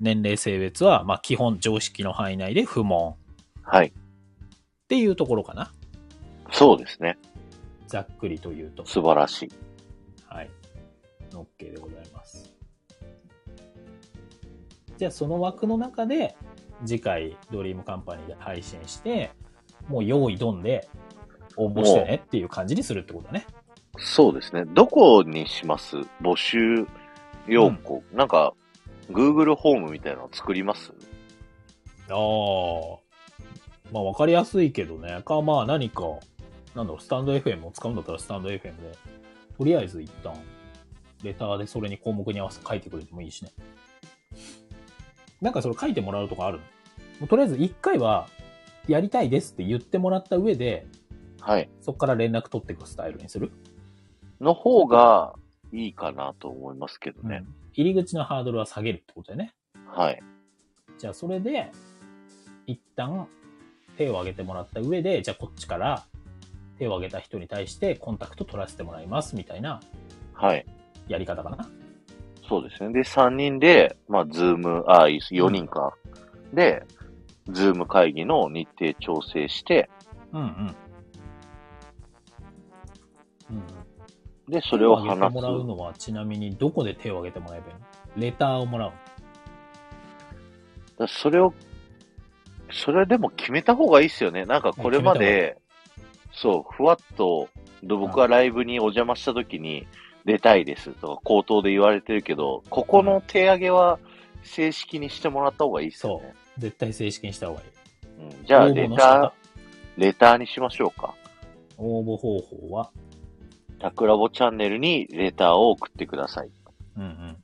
Speaker 2: 年齢性別は、まあ基本常識の範囲内で不問。
Speaker 1: はい。
Speaker 2: っていうところかな。
Speaker 1: そうですね。
Speaker 2: ざっくりというと。
Speaker 1: 素晴らしい。
Speaker 2: はい。OK でございます。じゃあ、その枠の中で、次回、ドリームカンパニーで配信して、もう用意ドンで応募してねっていう感じにするってことだね。
Speaker 1: そうですね。どこにします募集要項。なんか、Google ホームみたいなの作ります
Speaker 2: ああ。まあ、わかりやすいけどね。か、まあ、何か、なんだろう、スタンド FM を使うんだったら、スタンド FM で、とりあえず一旦、レターでそれに項目に合わせて書いてくれてもいいしね。なんかそれ書いてもらうとかあるのもうとりあえず一回は、やりたいですって言ってもらった上で、
Speaker 1: はい。
Speaker 2: そこから連絡取っていくスタイルにする。
Speaker 1: の方がいいかなと思いますけどね。
Speaker 2: うん入り口のハードルは下げるってことだよね。
Speaker 1: はい。
Speaker 2: じゃあそれで、一旦手を挙げてもらった上で、じゃあこっちから手を挙げた人に対してコンタクト取らせてもらいますみたいな
Speaker 1: はい。
Speaker 2: やり方かな。
Speaker 1: そうですね。で、3人で、まあ、ズーム、あ、4人か。で、ズーム会議の日程調整して、
Speaker 2: うんうん。うん、
Speaker 1: で、それを
Speaker 2: 手挙げ
Speaker 1: 話
Speaker 2: てもらう
Speaker 1: す。
Speaker 2: のはちなみにどこで手を挙げてもらえばいいのレターをもらうの
Speaker 1: だそれを、それでも決めた方がいいですよね。なんかこれまで、そう、ふわっと、ど僕はライブにお邪魔した時に、出たいですとか、口頭で言われてるけど、ここの手上げは正式にしてもらった方がいいですよね。
Speaker 2: 絶対正式にした方がいい。
Speaker 1: うん、じゃあ、
Speaker 2: 応
Speaker 1: レ
Speaker 2: 募の仕
Speaker 1: ター
Speaker 2: 方、
Speaker 1: レターにしましょうか。
Speaker 2: 応募方法は、
Speaker 1: タクラボチャンネルにレターを送ってください。
Speaker 2: うんうん。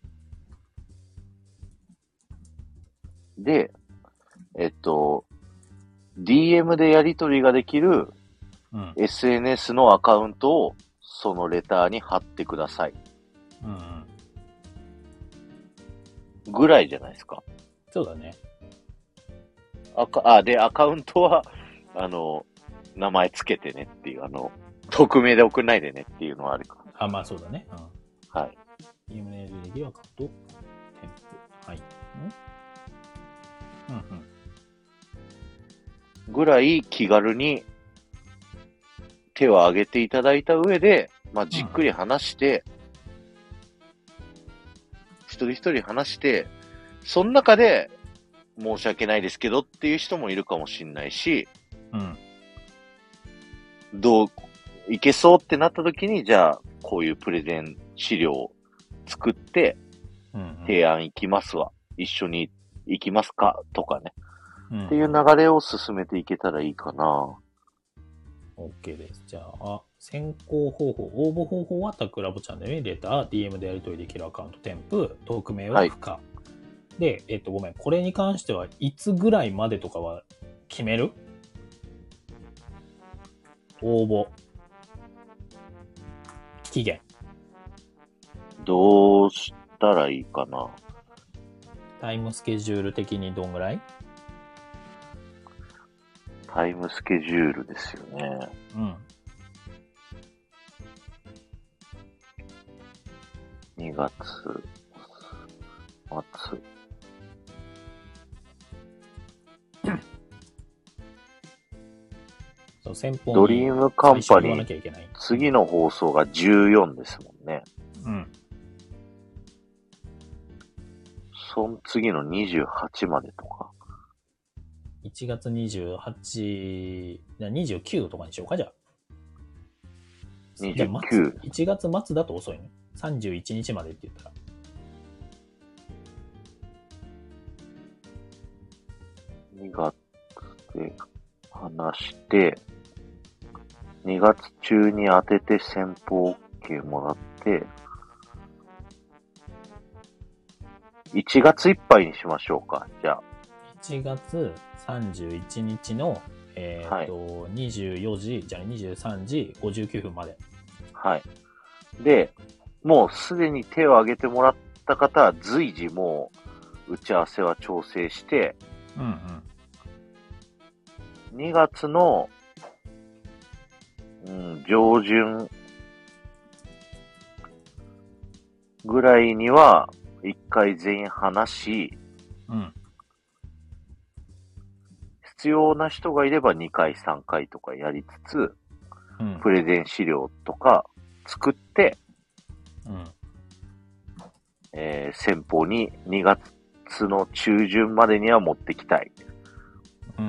Speaker 1: で、えっと、DM でやり取りができる
Speaker 2: うん。
Speaker 1: SNS のアカウントをそのレターに貼ってください。
Speaker 2: うんうん。
Speaker 1: ぐらいじゃないですか。
Speaker 2: そうだね。
Speaker 1: あか、あ、で、アカウントは、あの、名前つけてねっていう、あの、匿名で送んないでねっていうのはあるか。
Speaker 2: あ、まあそうだね。うん。
Speaker 1: はい。
Speaker 2: ゲームネーム歴はカット、添付。はい。うんうん。
Speaker 1: ぐらい気軽に手を挙げていただいた上で、まあ、じっくり話して、一人一人話して、その中で申し訳ないですけどっていう人もいるかもしれないし、
Speaker 2: うん。
Speaker 1: どう、いけそうってなった時に、じゃあ、こういうプレゼン資料を作って、
Speaker 2: うん。
Speaker 1: 提案行きますわ。一緒に行きますかとかね。
Speaker 2: うん、
Speaker 1: っていう流れを進めていけたらいいかな。
Speaker 2: OK です。じゃあ、選考方法、応募方法はタクラボチャンネルにレター、DM でやり取りできるアカウント、添付、匿名は不可。で、えっと、ごめん、これに関してはいつぐらいまでとかは決める応募。期限。
Speaker 1: どうしたらいいかな。
Speaker 2: タイムスケジュール的にどんぐらい
Speaker 1: タイムスケジュールですよね。
Speaker 2: うん。
Speaker 1: 2月末。
Speaker 2: そう先方に
Speaker 1: ドリームカン
Speaker 2: 最
Speaker 1: パ
Speaker 2: 初言わ
Speaker 1: ニ
Speaker 2: な
Speaker 1: ー、
Speaker 2: きゃいけない。
Speaker 1: 次の放送が14ですもんね。
Speaker 2: うん。
Speaker 1: その次の28までとか。
Speaker 2: 1月28、じゃあ29とかにしようか、じゃあ。
Speaker 1: 29
Speaker 2: じゃあ末1月末だと遅いね。31日までって言ったら。
Speaker 1: 2月で話して、2月中に当てて先方 OK もらって、1月いっぱいにしましょうか。じゃあ、
Speaker 2: 1月31日の、えーっと、24時、じゃあ23時59分まで。
Speaker 1: はい。で、もうすでに手を挙げてもらった方は随時もう打ち合わせは調整して、
Speaker 2: うんうん。
Speaker 1: 2月の、うん、上旬ぐらいには、一回全員話し、
Speaker 2: うん。
Speaker 1: 必要な人がいれば2回、3回とかやりつつ、
Speaker 2: うん
Speaker 1: プレゼン資料とか作って、
Speaker 2: うん
Speaker 1: えー先方に2月の中旬までには持ってきたい。
Speaker 2: うんう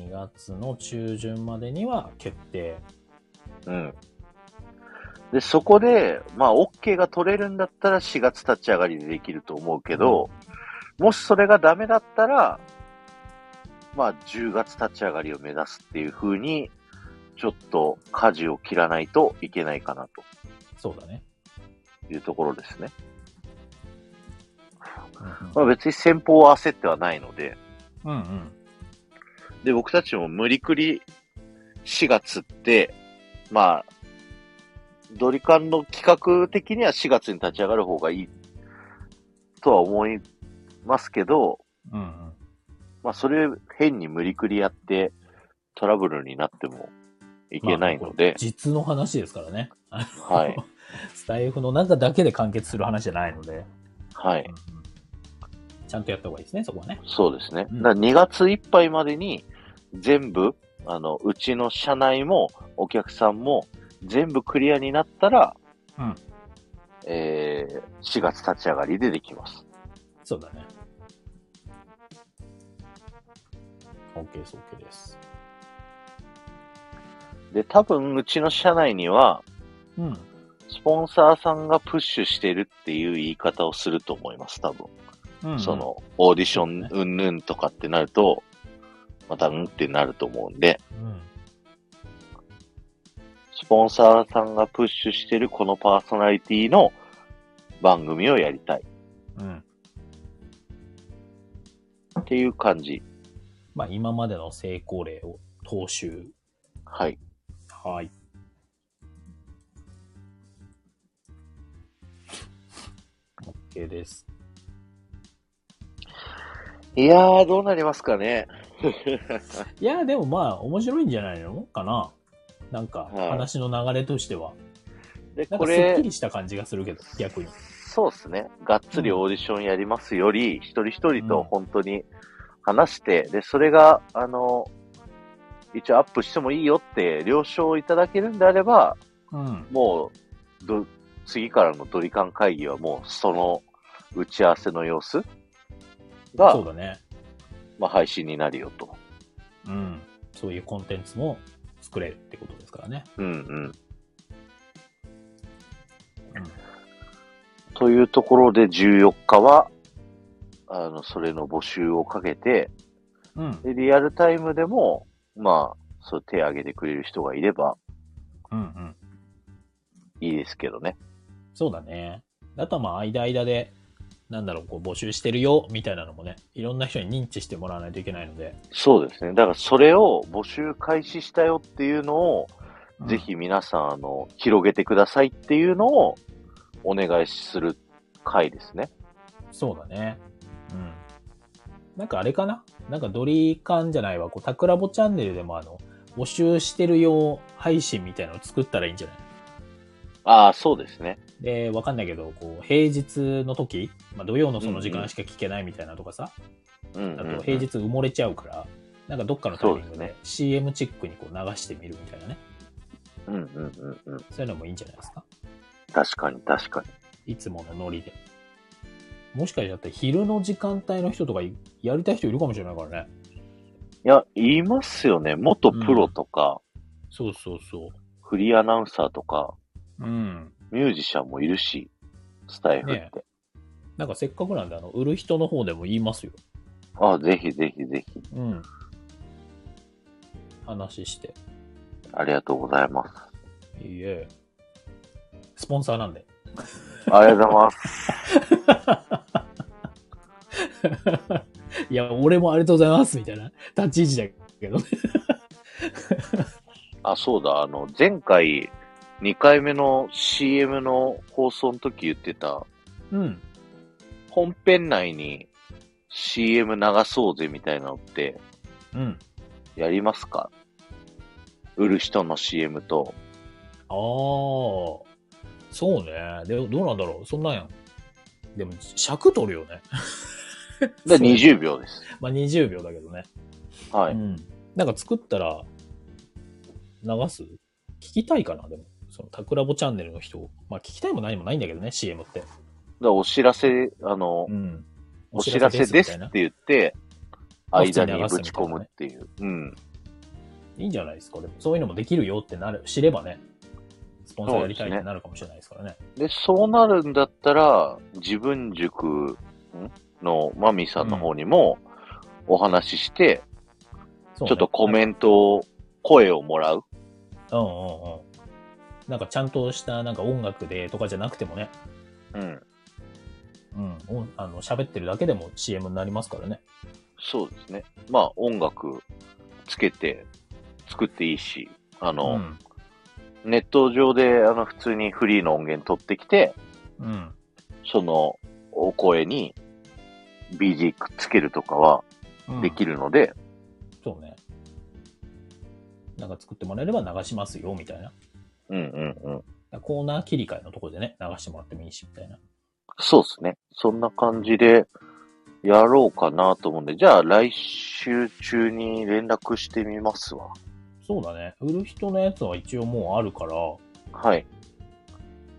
Speaker 2: ん。2月の中旬までには決定。
Speaker 1: うん。で、そこで、まあ、OK が取れるんだったら4月立ち上がりでできると思うけど、もしそれがダメだったら、まあ、10月立ち上がりを目指すっていう風に、ちょっと舵を切らないといけないかなと
Speaker 2: そうだね。
Speaker 1: いうところですね。
Speaker 2: う
Speaker 1: まあ、別に先方は焦ってはないので、
Speaker 2: んうん。うん
Speaker 1: で、僕たちも無理くり4月って、まあ、ドリカンの企画的には4月に立ち上がる方がいいとは思いますけど、
Speaker 2: うん。うん
Speaker 1: まあそれ変に無理くりやってトラブルになってもいけないので、
Speaker 2: 実の話ですからね。あの
Speaker 1: はい。
Speaker 2: スタイフの中だけで完結する話じゃないので。
Speaker 1: はい。
Speaker 2: ちゃんとやった方がいいですね、そこはね。
Speaker 1: そうですね。
Speaker 2: うん
Speaker 1: だ2月いっぱいまでに全部、あの、うちの社内もお客さんも全部クリアになったら、
Speaker 2: うん
Speaker 1: えー、4月立ち上がりでできます。
Speaker 2: そうだね。OK です、OK です。
Speaker 1: で、多分、うちの社内には、
Speaker 2: うん。
Speaker 1: スポンサーさんがプッシュしてるっていう言い方をすると思います、多分。
Speaker 2: うんうん
Speaker 1: そ、の、オーディション、うんぬんとかってなると、またうんってなると思うんで、
Speaker 2: うん。
Speaker 1: スポンサーさんがプッシュしてるこのパーソナリティの番組をやりたい
Speaker 2: うん。
Speaker 1: っていう感じ。
Speaker 2: まあ、今までの成功例を踏襲。
Speaker 1: はい。
Speaker 2: はい。OK です。
Speaker 1: いやー、どうなりますかね。
Speaker 2: いや、でもまあ、面白いんじゃないのかななんか、
Speaker 1: はい
Speaker 2: 話の流れとしては。
Speaker 1: で、
Speaker 2: なん
Speaker 1: こ
Speaker 2: か、すっ
Speaker 1: れ
Speaker 2: き、りした感じがするけど、逆に。
Speaker 1: そうですね。がっつりオーディションやりますより、一人一人と本当に話して、で、それが、あの、一応アップしてもいいよって了承いただけるんであれば、
Speaker 2: うん。
Speaker 1: もう、ど、次からのドリカン会議はもう、その打ち合わせの様子が
Speaker 2: そう、だね。
Speaker 1: まあ、配信になるよと。
Speaker 2: うん。そういうコンテンツも作れるってことですからね。
Speaker 1: うんうん。
Speaker 2: うん。
Speaker 1: というところで14日は、あの、それの募集をかけて、
Speaker 2: うん。
Speaker 1: でリアルタイムでも、まあ、そう手挙げてくれる人がいれば
Speaker 2: うんうん。
Speaker 1: いいですけどね。
Speaker 2: そうだね。あとはまあ、間間で、なんだろう、こう、募集してるよ、みたいなのもね、いろんな人に認知してもらわないといけないので。
Speaker 1: そうですね。だからそれを募集開始したよっていうのを、
Speaker 2: うん
Speaker 1: ぜ。ひ皆さん、あの、広げてくださいっていうのをお願いする回ですね。
Speaker 2: そうだね。うん。なんかあれかななんかドリカンじゃないわ、こう、タクラボチャンネルでもあの、募集してる用配信みたいなのを作ったらいいんじゃない
Speaker 1: ああ、そうですね。
Speaker 2: で、わかんないけど、こう、平日の時、まあ、土曜のその時間しか聞けないみたいなとかさ、
Speaker 1: うんうん
Speaker 2: あ
Speaker 1: うん、
Speaker 2: と平日埋もれちゃうから、なんかどっかのタイミン
Speaker 1: そ
Speaker 2: グ
Speaker 1: うです
Speaker 2: で CM チックにこう流してみるみたいなね、
Speaker 1: うんうんうんうん。
Speaker 2: そういうのもいいんじゃないですか。
Speaker 1: 確かに確かに。
Speaker 2: いつものノリで。もしかしたら昼の時間帯の人とかいやりたい人いるかもしれないからね。
Speaker 1: いや、言いますよね。元プロとか、
Speaker 2: そうそうそ
Speaker 1: フリーアナウンサーとか、
Speaker 2: う。うん。
Speaker 1: ミュージシャンもいるし、スタイフって。
Speaker 2: ねなんかせっかくなんで、あの、売る人の方でも言いますよ。
Speaker 1: ああ、ぜひぜひぜひ。
Speaker 2: うん。話して。
Speaker 1: ありがとうございます。
Speaker 2: いいえ。スポンサーなんで。
Speaker 1: ありがとうございます。
Speaker 2: いや、俺もありがとうございます、みたいな立ち位置だけどね。
Speaker 1: あ、そうだ。あの、前回、2回目の CM の放送の時言ってた、
Speaker 2: うん。
Speaker 1: 本編内に CM 流そうぜみたいなのって
Speaker 2: うん。
Speaker 1: やりますか売る人の CM と。
Speaker 2: ああ。そうね。で、どうなんだろう。そんなんやん。でも、尺取るよね。
Speaker 1: で、20秒です。
Speaker 2: まあ20秒だけどね。
Speaker 1: は
Speaker 2: う
Speaker 1: い。
Speaker 2: ん。なんか作ったら、流す聞きたいかな、でも。その、タクラボチャンネルの人。まあ聞きたいも何もないんだけどね、CM って。
Speaker 1: だお知らせ、あの
Speaker 2: う、ん。
Speaker 1: お知らせですっ
Speaker 2: みたいな
Speaker 1: て言って、
Speaker 2: あ普通
Speaker 1: 間
Speaker 2: に
Speaker 1: に
Speaker 2: 流す
Speaker 1: ぶ
Speaker 2: み
Speaker 1: ち
Speaker 2: たいなね
Speaker 1: 込むっていう。うん。
Speaker 2: いいんじゃないですか。でもそういうのもできるよってなる、知ればね、スポンサーやりたいってなるかもしれないですからね。
Speaker 1: で、そうなるんだったら、自分塾んのマミさんの方にもお話しして、
Speaker 2: そうね
Speaker 1: ちょっとコメントを、声をもらう。
Speaker 2: うんうんうん。なんかちゃんとしたなんか音楽でとかじゃなくてもね、
Speaker 1: うん。
Speaker 2: うん、おあの喋ってるだけでも CM になりますからね。
Speaker 1: そうですね。まあ、音楽つけて作っていいし、あ
Speaker 2: う
Speaker 1: の、
Speaker 2: ん。
Speaker 1: ネット上で、あの、普通にフリーの音源取ってきて、
Speaker 2: うん。
Speaker 1: そのお声に BG くっつけるとかは
Speaker 2: うん
Speaker 1: できるので、
Speaker 2: そうね。なんか作ってもらえれば流しますよ、みたいな。
Speaker 1: うんうんうん。
Speaker 2: コーナー切り替えのところでね、流してもらってもいいし、みたいな。
Speaker 1: そうですね。そんな感じでやろうかなと思うんで、じゃあ来週中に連絡してみますわ。
Speaker 2: そうだね。売る人のやつは一応もうあるから、
Speaker 1: はい。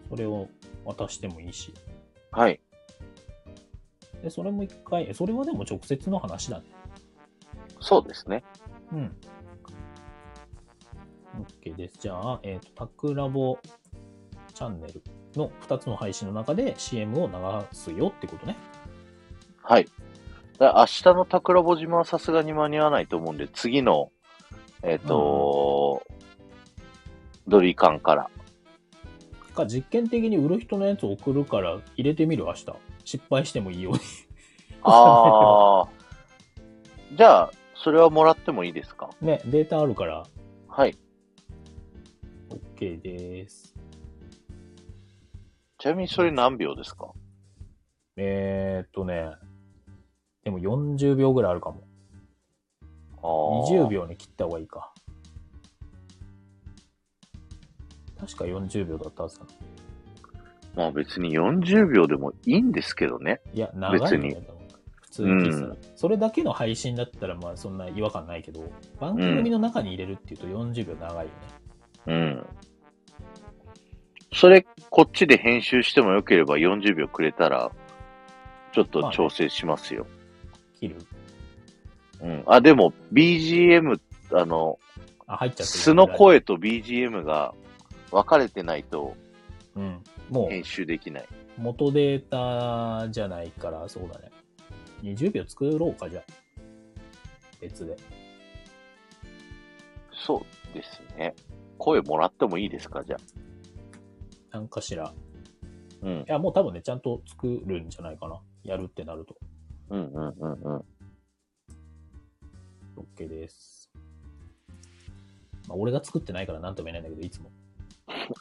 Speaker 2: それを渡してもいいし。
Speaker 1: はい。
Speaker 2: で、それも一回、それはでも直接の話だね。
Speaker 1: そうですね。
Speaker 2: うん。OK です。じゃあ、えっ、と、タクラボチャンネルの2つの配信の中で CM を流すよってことね。
Speaker 1: はい。だ明日の桜ぼ島はさすがに間に合わないと思うんで、次の、えっ、とドリカン から。
Speaker 2: か、実験的に売る人のやつ送るから入れてみる、明日。失敗してもいいように。
Speaker 1: ああ。じゃあ、それはもらってもいいですか
Speaker 2: ね、データあるから
Speaker 1: はい。
Speaker 2: OK です。
Speaker 1: ちなみにそれ何秒ですか
Speaker 2: えー、っとね、でも40秒ぐらいあるかも。
Speaker 1: あー
Speaker 2: 20。秒に切った方がいいか。確か40秒だったはずだな。
Speaker 1: まあ別に40秒でもいいんですけどね。
Speaker 2: いや、長いよね
Speaker 1: 別、
Speaker 2: 多分普通に聞いてたら、それだけの配信だったら、まあそんな違和感ないけど、番組の中に入れるっていうと40秒長いよね。
Speaker 1: うん。それ、こっちで編集してもよければ40秒くれたら、ちょっと調整しますよ。
Speaker 2: 切る
Speaker 1: うん。あ、でも BGM、あの、
Speaker 2: あ、入っちゃってる
Speaker 1: 素の。声と BGM が分かれてないと
Speaker 2: うん。も
Speaker 1: 編集できない。
Speaker 2: う、元データじゃないから、そうだね。20秒作ろうか、じゃあ。別で。
Speaker 1: そうですね。声もらってもいいですかじゃあ。
Speaker 2: なんかしら。
Speaker 1: うん
Speaker 2: い。や、もう多分ね、ちゃんと作るんじゃないかな。やるってなると。
Speaker 1: うんうんうんうん。
Speaker 2: OK です。まあ、俺が作ってないからなんとも言えないんだけど、いつも。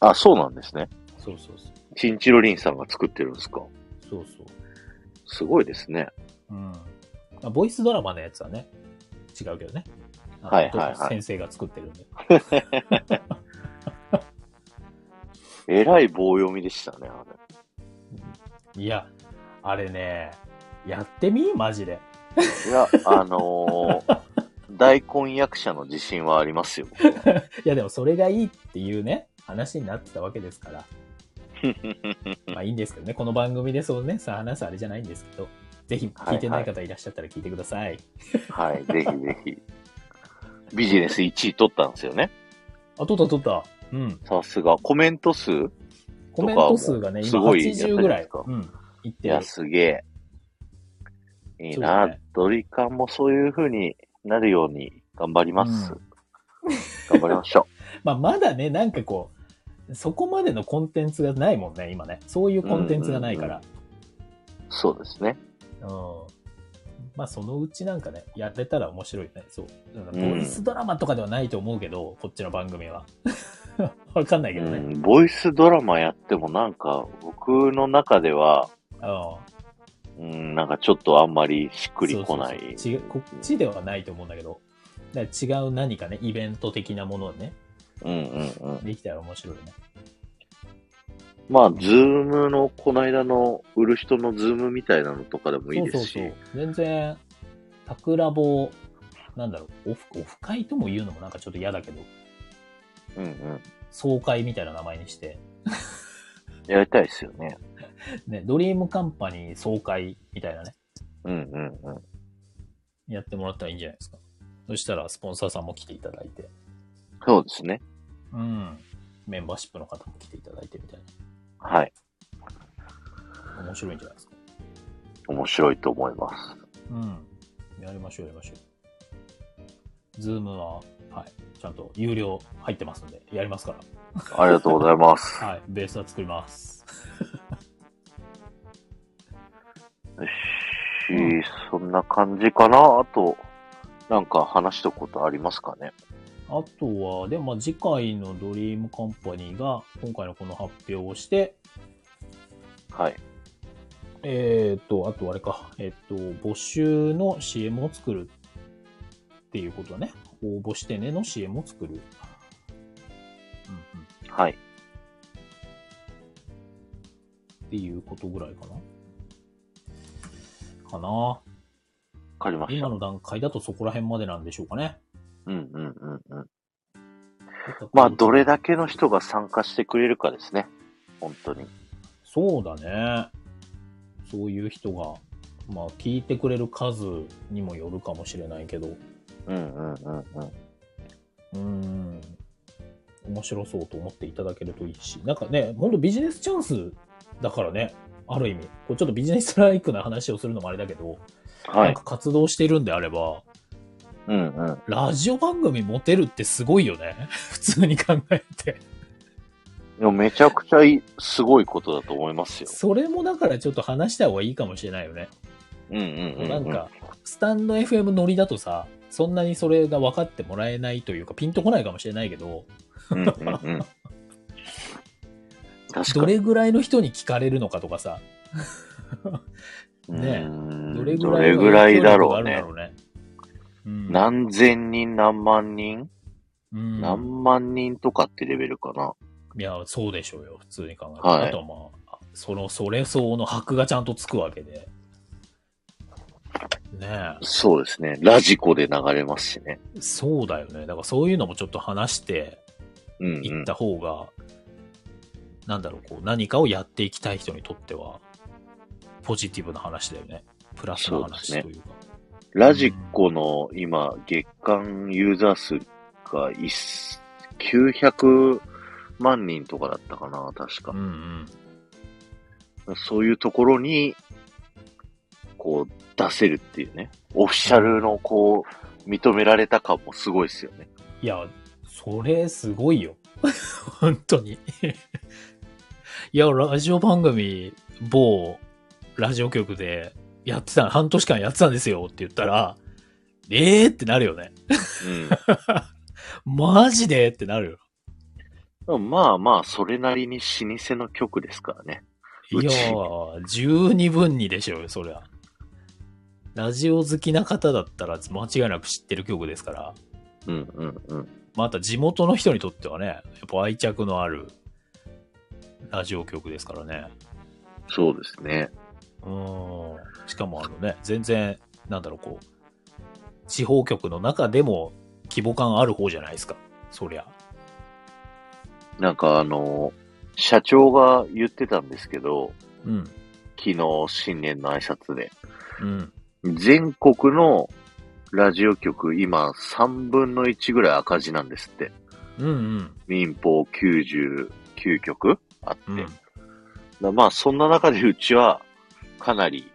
Speaker 1: あ、そうなんですね。
Speaker 2: そうそうそう。
Speaker 1: チンチロリンさんが作ってるんですか
Speaker 2: そうそう。
Speaker 1: すごいですね。
Speaker 2: うん。まあ、ボイスドラマのやつはね、違うけどね。あの
Speaker 1: はいはいはい
Speaker 2: 先生が作ってるんで。
Speaker 1: えらい棒読みでしたね、あれ。
Speaker 2: いや、あれね、やってみマジで。
Speaker 1: いや、あのー大根役者の自信はありますよ。僕はい
Speaker 2: や、でもそれがいいっていうね、話になってたわけで すから。まあいいんですけどね、この番組でそうね、さあ話すあれじゃないんですけど、ぜひ聞いてない方いらっしゃったら聞いてください。
Speaker 1: はい、ぜひぜひ。ビジネス1位取ったんですよね。
Speaker 2: あ、取った取った。うん。
Speaker 1: さすが。コメント数い
Speaker 2: コメント数がね、
Speaker 1: と
Speaker 2: 今
Speaker 1: かもすごいやったじゃ
Speaker 2: 80
Speaker 1: ない
Speaker 2: ぐ
Speaker 1: で
Speaker 2: ら
Speaker 1: す
Speaker 2: い
Speaker 1: か。
Speaker 2: うん。いって
Speaker 1: や、
Speaker 2: る。
Speaker 1: すげえ。いい
Speaker 2: そ
Speaker 1: な、
Speaker 2: うね
Speaker 1: ドリカンもそういう風になるように頑張ります。頑張りましょ
Speaker 2: まあまだね、なんかこう、そこまでのコンテンツがないもんね、今ね。そういうコンテンツがないから。
Speaker 1: う。 そうですね。
Speaker 2: うんまあそのうちなんかね、やれたら面白いね。そう。だから
Speaker 1: うん
Speaker 2: ボイスドラマとかではないと思うけど、こっちの番組は。 わかんないけ
Speaker 1: う
Speaker 2: どね。
Speaker 1: ん、ボイスドラマやってもなんか、僕の中では、
Speaker 2: あ
Speaker 1: うん、なんかちょっとあんまりしっ
Speaker 2: あ
Speaker 1: くりこない。
Speaker 2: そうそうそう違うこっちではないと思うんだけど、だから違う何かね、イベント的なものをね、
Speaker 1: うんうんうん。
Speaker 2: できたら面白いね。
Speaker 1: まあ、ズームの、この間の売る人のズームみたいなのとかでもいい
Speaker 2: そう
Speaker 1: で
Speaker 2: そう
Speaker 1: すし、
Speaker 2: そう。全然、タクラボ、なんだろう、オフ、オフ会とも言うのもなんかちょっと嫌だけど、
Speaker 1: うんうん。
Speaker 2: 総会みたいな名前にして、
Speaker 1: やりたいですよね。
Speaker 2: ね、ドリームカンパニー総会みたいなね、
Speaker 1: うんうんうん。
Speaker 2: やってもらったらいいんじゃないですか。そしたら、スポンサーさんも来ていただいて、
Speaker 1: そうですね。
Speaker 2: うん。メンバーシップの方も来ていただいてみたい
Speaker 1: はい。
Speaker 2: な。面白いんじゃないですか。
Speaker 1: 面白いと思います。
Speaker 2: うん。やりましょう、やりましょう。ズームは、はい。ちゃんと有料入ってますんで、やりますから。
Speaker 1: ありがとうござい ます。
Speaker 2: はい。ベースは作ります。
Speaker 1: よし、そんな感じかな。あと、なんか話しとくことありますかね。
Speaker 2: あとは、でもまあ次回のドリームカンパニーが今回のこの発表をして、
Speaker 1: はい。
Speaker 2: えっ、と、あとあれか、えっ、と、募集の CM を作るっていうことだね。応募してねの CM を作る。うんうん。
Speaker 1: はい。
Speaker 2: っていうことぐらいかな。かな。
Speaker 1: わかりまし
Speaker 2: 今
Speaker 1: た。
Speaker 2: の段階だとそこら辺までなんでしょうかね。
Speaker 1: うんうんうんうん。まあ、どれだけの人が参加してくれるかですね。本当に。
Speaker 2: そうだね。そういう人が、まあ、聞いてくれる数にもよるかもしれないけど、
Speaker 1: う
Speaker 2: う
Speaker 1: んうんうんうん。
Speaker 2: ーん、面白そうと思っていただけるといいし、なんかね、ほんとビジネスチャンスだからね、ある意味、これちょっとビジネスライクな話をするのもあれだけど、
Speaker 1: は
Speaker 2: なん
Speaker 1: い。
Speaker 2: か活動しているんであれば、
Speaker 1: うんうん。
Speaker 2: ラジオ番組持てるってすごいよね。 普通に考えて。
Speaker 1: でもめちゃくちゃいいすごいことだと思いますよ。
Speaker 2: それもだからちょっと話した方がいいかもしれないよね。
Speaker 1: うんうんうん、うん。
Speaker 2: なんか、スタンド FM 乗りだとさ、そんなにそれが分かってもらえないというか、ピンとこないかもしれないけど、
Speaker 1: うんうんうん。確か
Speaker 2: ど
Speaker 1: に。
Speaker 2: れぐらいの人に聞かれるのかとかさ、ね
Speaker 1: うーん
Speaker 2: ど
Speaker 1: ど
Speaker 2: れ
Speaker 1: れ
Speaker 2: ぐらいの
Speaker 1: ぐらいだろうね。
Speaker 2: 影響力があるんだろうね。うん、
Speaker 1: 何千人何万人、
Speaker 2: うん
Speaker 1: 何万人とかってレベルかな。
Speaker 2: いや、そうでしょうよ、普通に考えて。
Speaker 1: はい
Speaker 2: あとはまあ、あその、それ相応の箔がちゃんとつくわけで。ね
Speaker 1: そうですね。ラジコで流れますしね。
Speaker 2: え、そうだよね。だからそういうのもちょっと話して
Speaker 1: うん、う
Speaker 2: いっ
Speaker 1: ん。
Speaker 2: た方が、なんだろう、こう、何かをやっていきたい人にとっては、ポジティブな話だよね。プラスの話というか。
Speaker 1: ラジコの今、月間ユーザー数が一900万人とかだったかな、確
Speaker 2: う
Speaker 1: か
Speaker 2: ん。うん。
Speaker 1: そういうところに、こう、出せるっていうね。オフィシャルの、こう、認められた感もすごいですよね。
Speaker 2: いや、それすごいよ。 本当に。 いや、ラジオ番組、某ラジオ局でやってた、半年間やってたんですよって言ったら、えーってなるよね。
Speaker 1: うん。
Speaker 2: マジでってなるよ。
Speaker 1: まあまあ、それなりに老舗の曲ですからね。
Speaker 2: いうや
Speaker 1: ち
Speaker 2: ー、十二分にでしょうよ、そりゃ。ラジオ好きな方だったら間違いなく知ってる曲ですから、
Speaker 1: うんうんうん。
Speaker 2: また地元の人にとってはね、やっぱ愛着のあるラジオ曲ですからね。
Speaker 1: そうですね。
Speaker 2: うーん。しかもあのね、全然、なんだろう、こう、地方局の中でも規模感ある方じゃないですか、そりゃ。
Speaker 1: なんかあの、社長が言ってたんですけど、
Speaker 2: うん。
Speaker 1: 昨日新年の挨拶で。
Speaker 2: うん。
Speaker 1: 全国のラジオ局、今3分の1ぐらい赤字なんですって。
Speaker 2: うんうん。
Speaker 1: 民放99局あって。
Speaker 2: うん
Speaker 1: だからまあ、そんな中でうちはかなり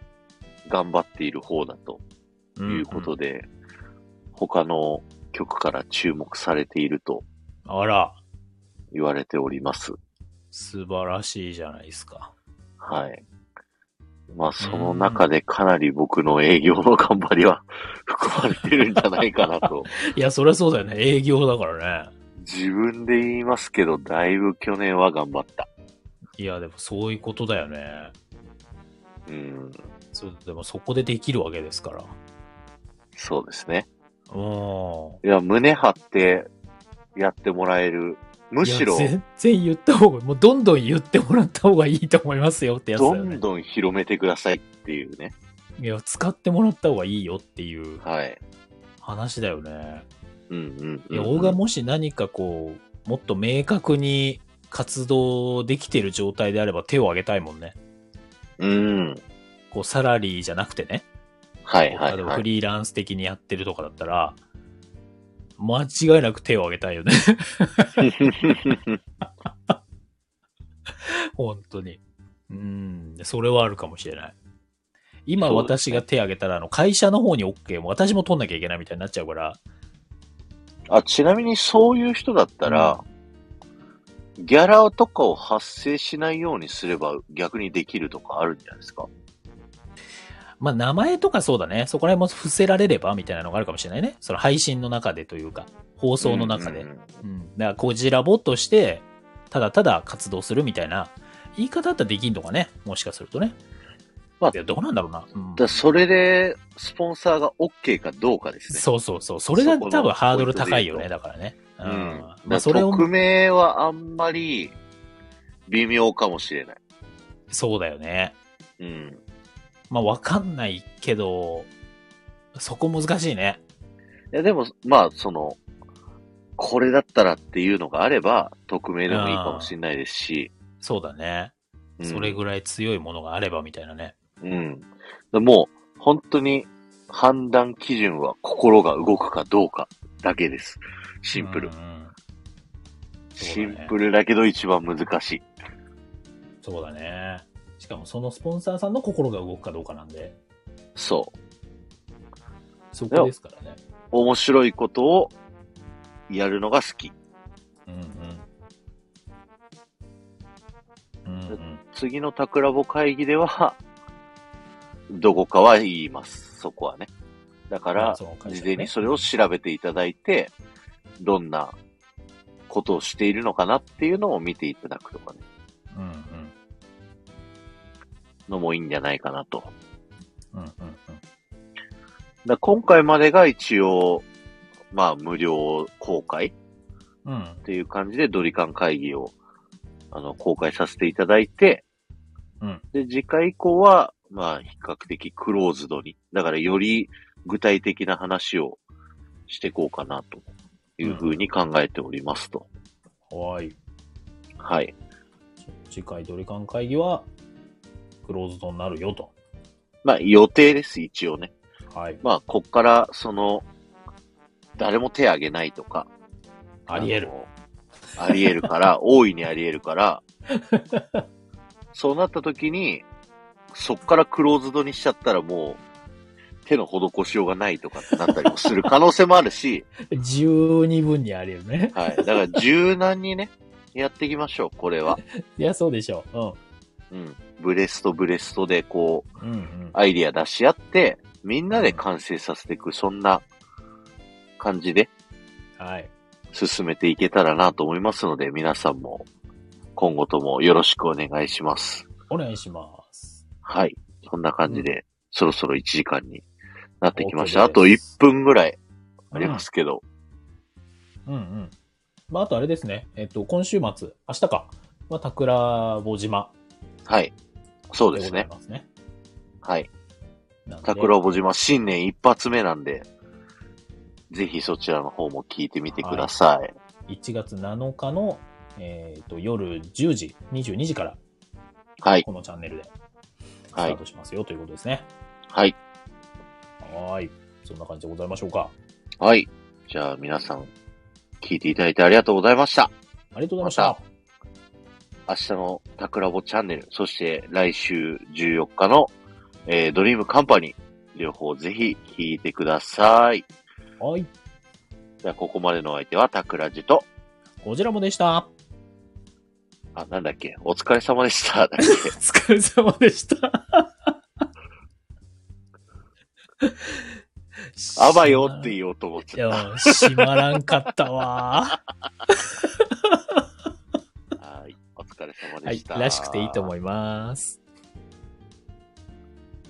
Speaker 1: 頑張っている方だと
Speaker 2: うん。
Speaker 1: いうことで、他の局から注目されていると
Speaker 2: うん。あら、
Speaker 1: 言われております。
Speaker 2: 素晴らしいじゃないですか。
Speaker 1: はい。まあ、その中でかなり僕の営業の頑張りは 含まれてるんじゃないかな と。
Speaker 2: いや、そりゃそうだよね。営業だからね。
Speaker 1: 自分で言いますけど、だいぶ去年は頑張った。
Speaker 2: いや、でもそういうことだよね。
Speaker 1: うん、
Speaker 2: そう、でもそこでできるわけですから。
Speaker 1: そうですね。
Speaker 2: うん。
Speaker 1: いや、胸張ってやってもらえるむしろ
Speaker 2: いや全然言った方が、もうどんどん言ってもらった方がいいと思いますよってやつだ
Speaker 1: ど
Speaker 2: よ
Speaker 1: ん
Speaker 2: ね。
Speaker 1: どん広めてくださいっていうね。
Speaker 2: いや、使ってもらった方がいいよっていう
Speaker 1: はい。
Speaker 2: 話だよね。
Speaker 1: うんうん
Speaker 2: い
Speaker 1: うん、
Speaker 2: や、俺がもし何かこう、もっと明確に活動できてる状態であれば手を挙げたいもんね。
Speaker 1: うん。
Speaker 2: こう、サラリーじゃなくてね。
Speaker 1: はいはい、
Speaker 2: こう例えば
Speaker 1: は
Speaker 2: フ
Speaker 1: い。
Speaker 2: リーランス的にやってるとかだったら、間違いなく手を挙げたいよね。 本当に。うん、それはあるかもしれない。今
Speaker 1: そうで
Speaker 2: 私
Speaker 1: すね
Speaker 2: が手挙げたら、あの会社の方に OK も私も取んなきゃいけないみたいになっちゃうから、
Speaker 1: あ、ちなみにそういう人だったら、ギャラとかを発生しないようにすれば逆にできるとかあるんじゃないですか。
Speaker 2: まあ名前とかそうだね、そこら辺も伏せられればみたいなのがあるかもしれないね。その配信の中でというか、放送の中で。
Speaker 1: うんうんうん
Speaker 2: うんだから、こじらぼとして、ただただ活動するみたいな、言い方だったらできんのかね、もしかするとね。
Speaker 1: まあ
Speaker 2: いやどうなんだろうな。うん
Speaker 1: だからそれで、スポンサーが OK かどうかですね。
Speaker 2: そうそうそう。それが
Speaker 1: そ
Speaker 2: 多
Speaker 1: こ
Speaker 2: 分
Speaker 1: の
Speaker 2: ハードル高いよ
Speaker 1: ポイ
Speaker 2: ね、
Speaker 1: ン
Speaker 2: だからね。うん。
Speaker 1: うん。
Speaker 2: ま
Speaker 1: ま
Speaker 2: あ、
Speaker 1: あ、
Speaker 2: そ
Speaker 1: そ
Speaker 2: れ
Speaker 1: れ
Speaker 2: を、
Speaker 1: 匿名はあんまり微妙かもしれない。
Speaker 2: そうだよね。
Speaker 1: うん。
Speaker 2: まあ、わかんないけど、そこ難しいね。
Speaker 1: いや、でも、まあ、その、これだったらっていうのがあれば、匿名でもいいかもしれないですし、
Speaker 2: そうだね。
Speaker 1: うん
Speaker 2: それぐらい強いものがあればみたいなね。
Speaker 1: うん。でもう、本当に判断基準は心が動くかどうかだけです。シンプル。
Speaker 2: うんうん
Speaker 1: シンプルだけど一番難しい。
Speaker 2: そうだね。しかもそのスポンサーさんの心が動くかどうかなんで、
Speaker 1: そう。
Speaker 2: そこですからね。
Speaker 1: 面白いことをやるのが好き。
Speaker 2: うんうん。うんうん。
Speaker 1: 次のタクラボ会議では、どこかは言います。そこはね。だか
Speaker 2: まあ
Speaker 1: ら、
Speaker 2: その会社ね
Speaker 1: 事前にそれを調べていただいて、どんなことをしているのかなっていうのを見ていただくとかね、
Speaker 2: うんうん。
Speaker 1: のもいいんじゃないかなと。
Speaker 2: うんうんうん。
Speaker 1: だ今回までが一応、まあ、無料公開
Speaker 2: うん。
Speaker 1: っていう感じでドリカン会議を、あの、公開させていただいて、
Speaker 2: うん
Speaker 1: で、次回以降は、まあ、比較的クローズドに、だからより具体的な話をしていこうかな、というふうに考えておりますと。
Speaker 2: はい。
Speaker 1: はい。
Speaker 2: 次回ドリカン会議は、クローズドになるよと。
Speaker 1: まあ、予定です、一応ね。
Speaker 2: はい。
Speaker 1: まあ、こっから、その、誰も手挙げないとか。
Speaker 2: あり得る。
Speaker 1: あの。あり得る から、大いにあり得るから、そうなった時に、そっからクローズドにしちゃったらもう、手の施しようがないとかってなったりもする可能性もある し、
Speaker 2: 十二分にあり得るね。
Speaker 1: はい。だから柔軟にね、やっていきましょう、これは。
Speaker 2: いや、そうでしょう。
Speaker 1: うん。ブレストブレストで、こう、
Speaker 2: うん。うんうん。
Speaker 1: アイディア出し合って、みんなで完成させていく、そんな感じで
Speaker 2: はい。
Speaker 1: 進めていけたらなと思いますので、皆さんも今後ともよろしくお願いします。
Speaker 2: お願いします。
Speaker 1: はい。そんな感じで、そろそろ1時間になってきました。
Speaker 2: OK
Speaker 1: あと
Speaker 2: で
Speaker 1: 1
Speaker 2: す
Speaker 1: 分ぐらいありますけど、
Speaker 2: うんうん。まあ、あとあれですね。えっと、今週末、明日か。は、桜坊島
Speaker 1: はい。そう
Speaker 2: で
Speaker 1: で
Speaker 2: ご
Speaker 1: す
Speaker 2: ざい
Speaker 1: ね。
Speaker 2: ますね。
Speaker 1: はい。
Speaker 2: なんで
Speaker 1: 桜坊島新年一発目なんで、ぜひそちらの方も聞いてみてください。
Speaker 2: 1月7日の、えっと、夜10時、22時から、
Speaker 1: はい。
Speaker 2: このチャンネルでスタ
Speaker 1: はい
Speaker 2: ートしますよということですね。
Speaker 1: はい。
Speaker 2: はーい。そんな感じでございましょうか。
Speaker 1: はい。じゃあ皆さん、聞いていただいてありがとうございました。
Speaker 2: ありがとうございました。
Speaker 1: 明日のタクラボチャンネル、そして来週14日の、えードリームカンパニー、両方ぜひ聞いてください。
Speaker 2: はい。
Speaker 1: じゃあ、ここまでのお相手はタクラジと、
Speaker 2: こちらもでした。
Speaker 1: あ、なんだっけ、お疲れ様でした。だっ
Speaker 2: お
Speaker 1: け
Speaker 2: 疲れ様でした。
Speaker 1: あばよって言おうと思っ
Speaker 2: い
Speaker 1: ちゃっ
Speaker 2: や、閉まらんかったわ。
Speaker 1: た。はい、お疲れ様
Speaker 2: は
Speaker 1: で
Speaker 2: い
Speaker 1: し。た。
Speaker 2: らしくていいと思います。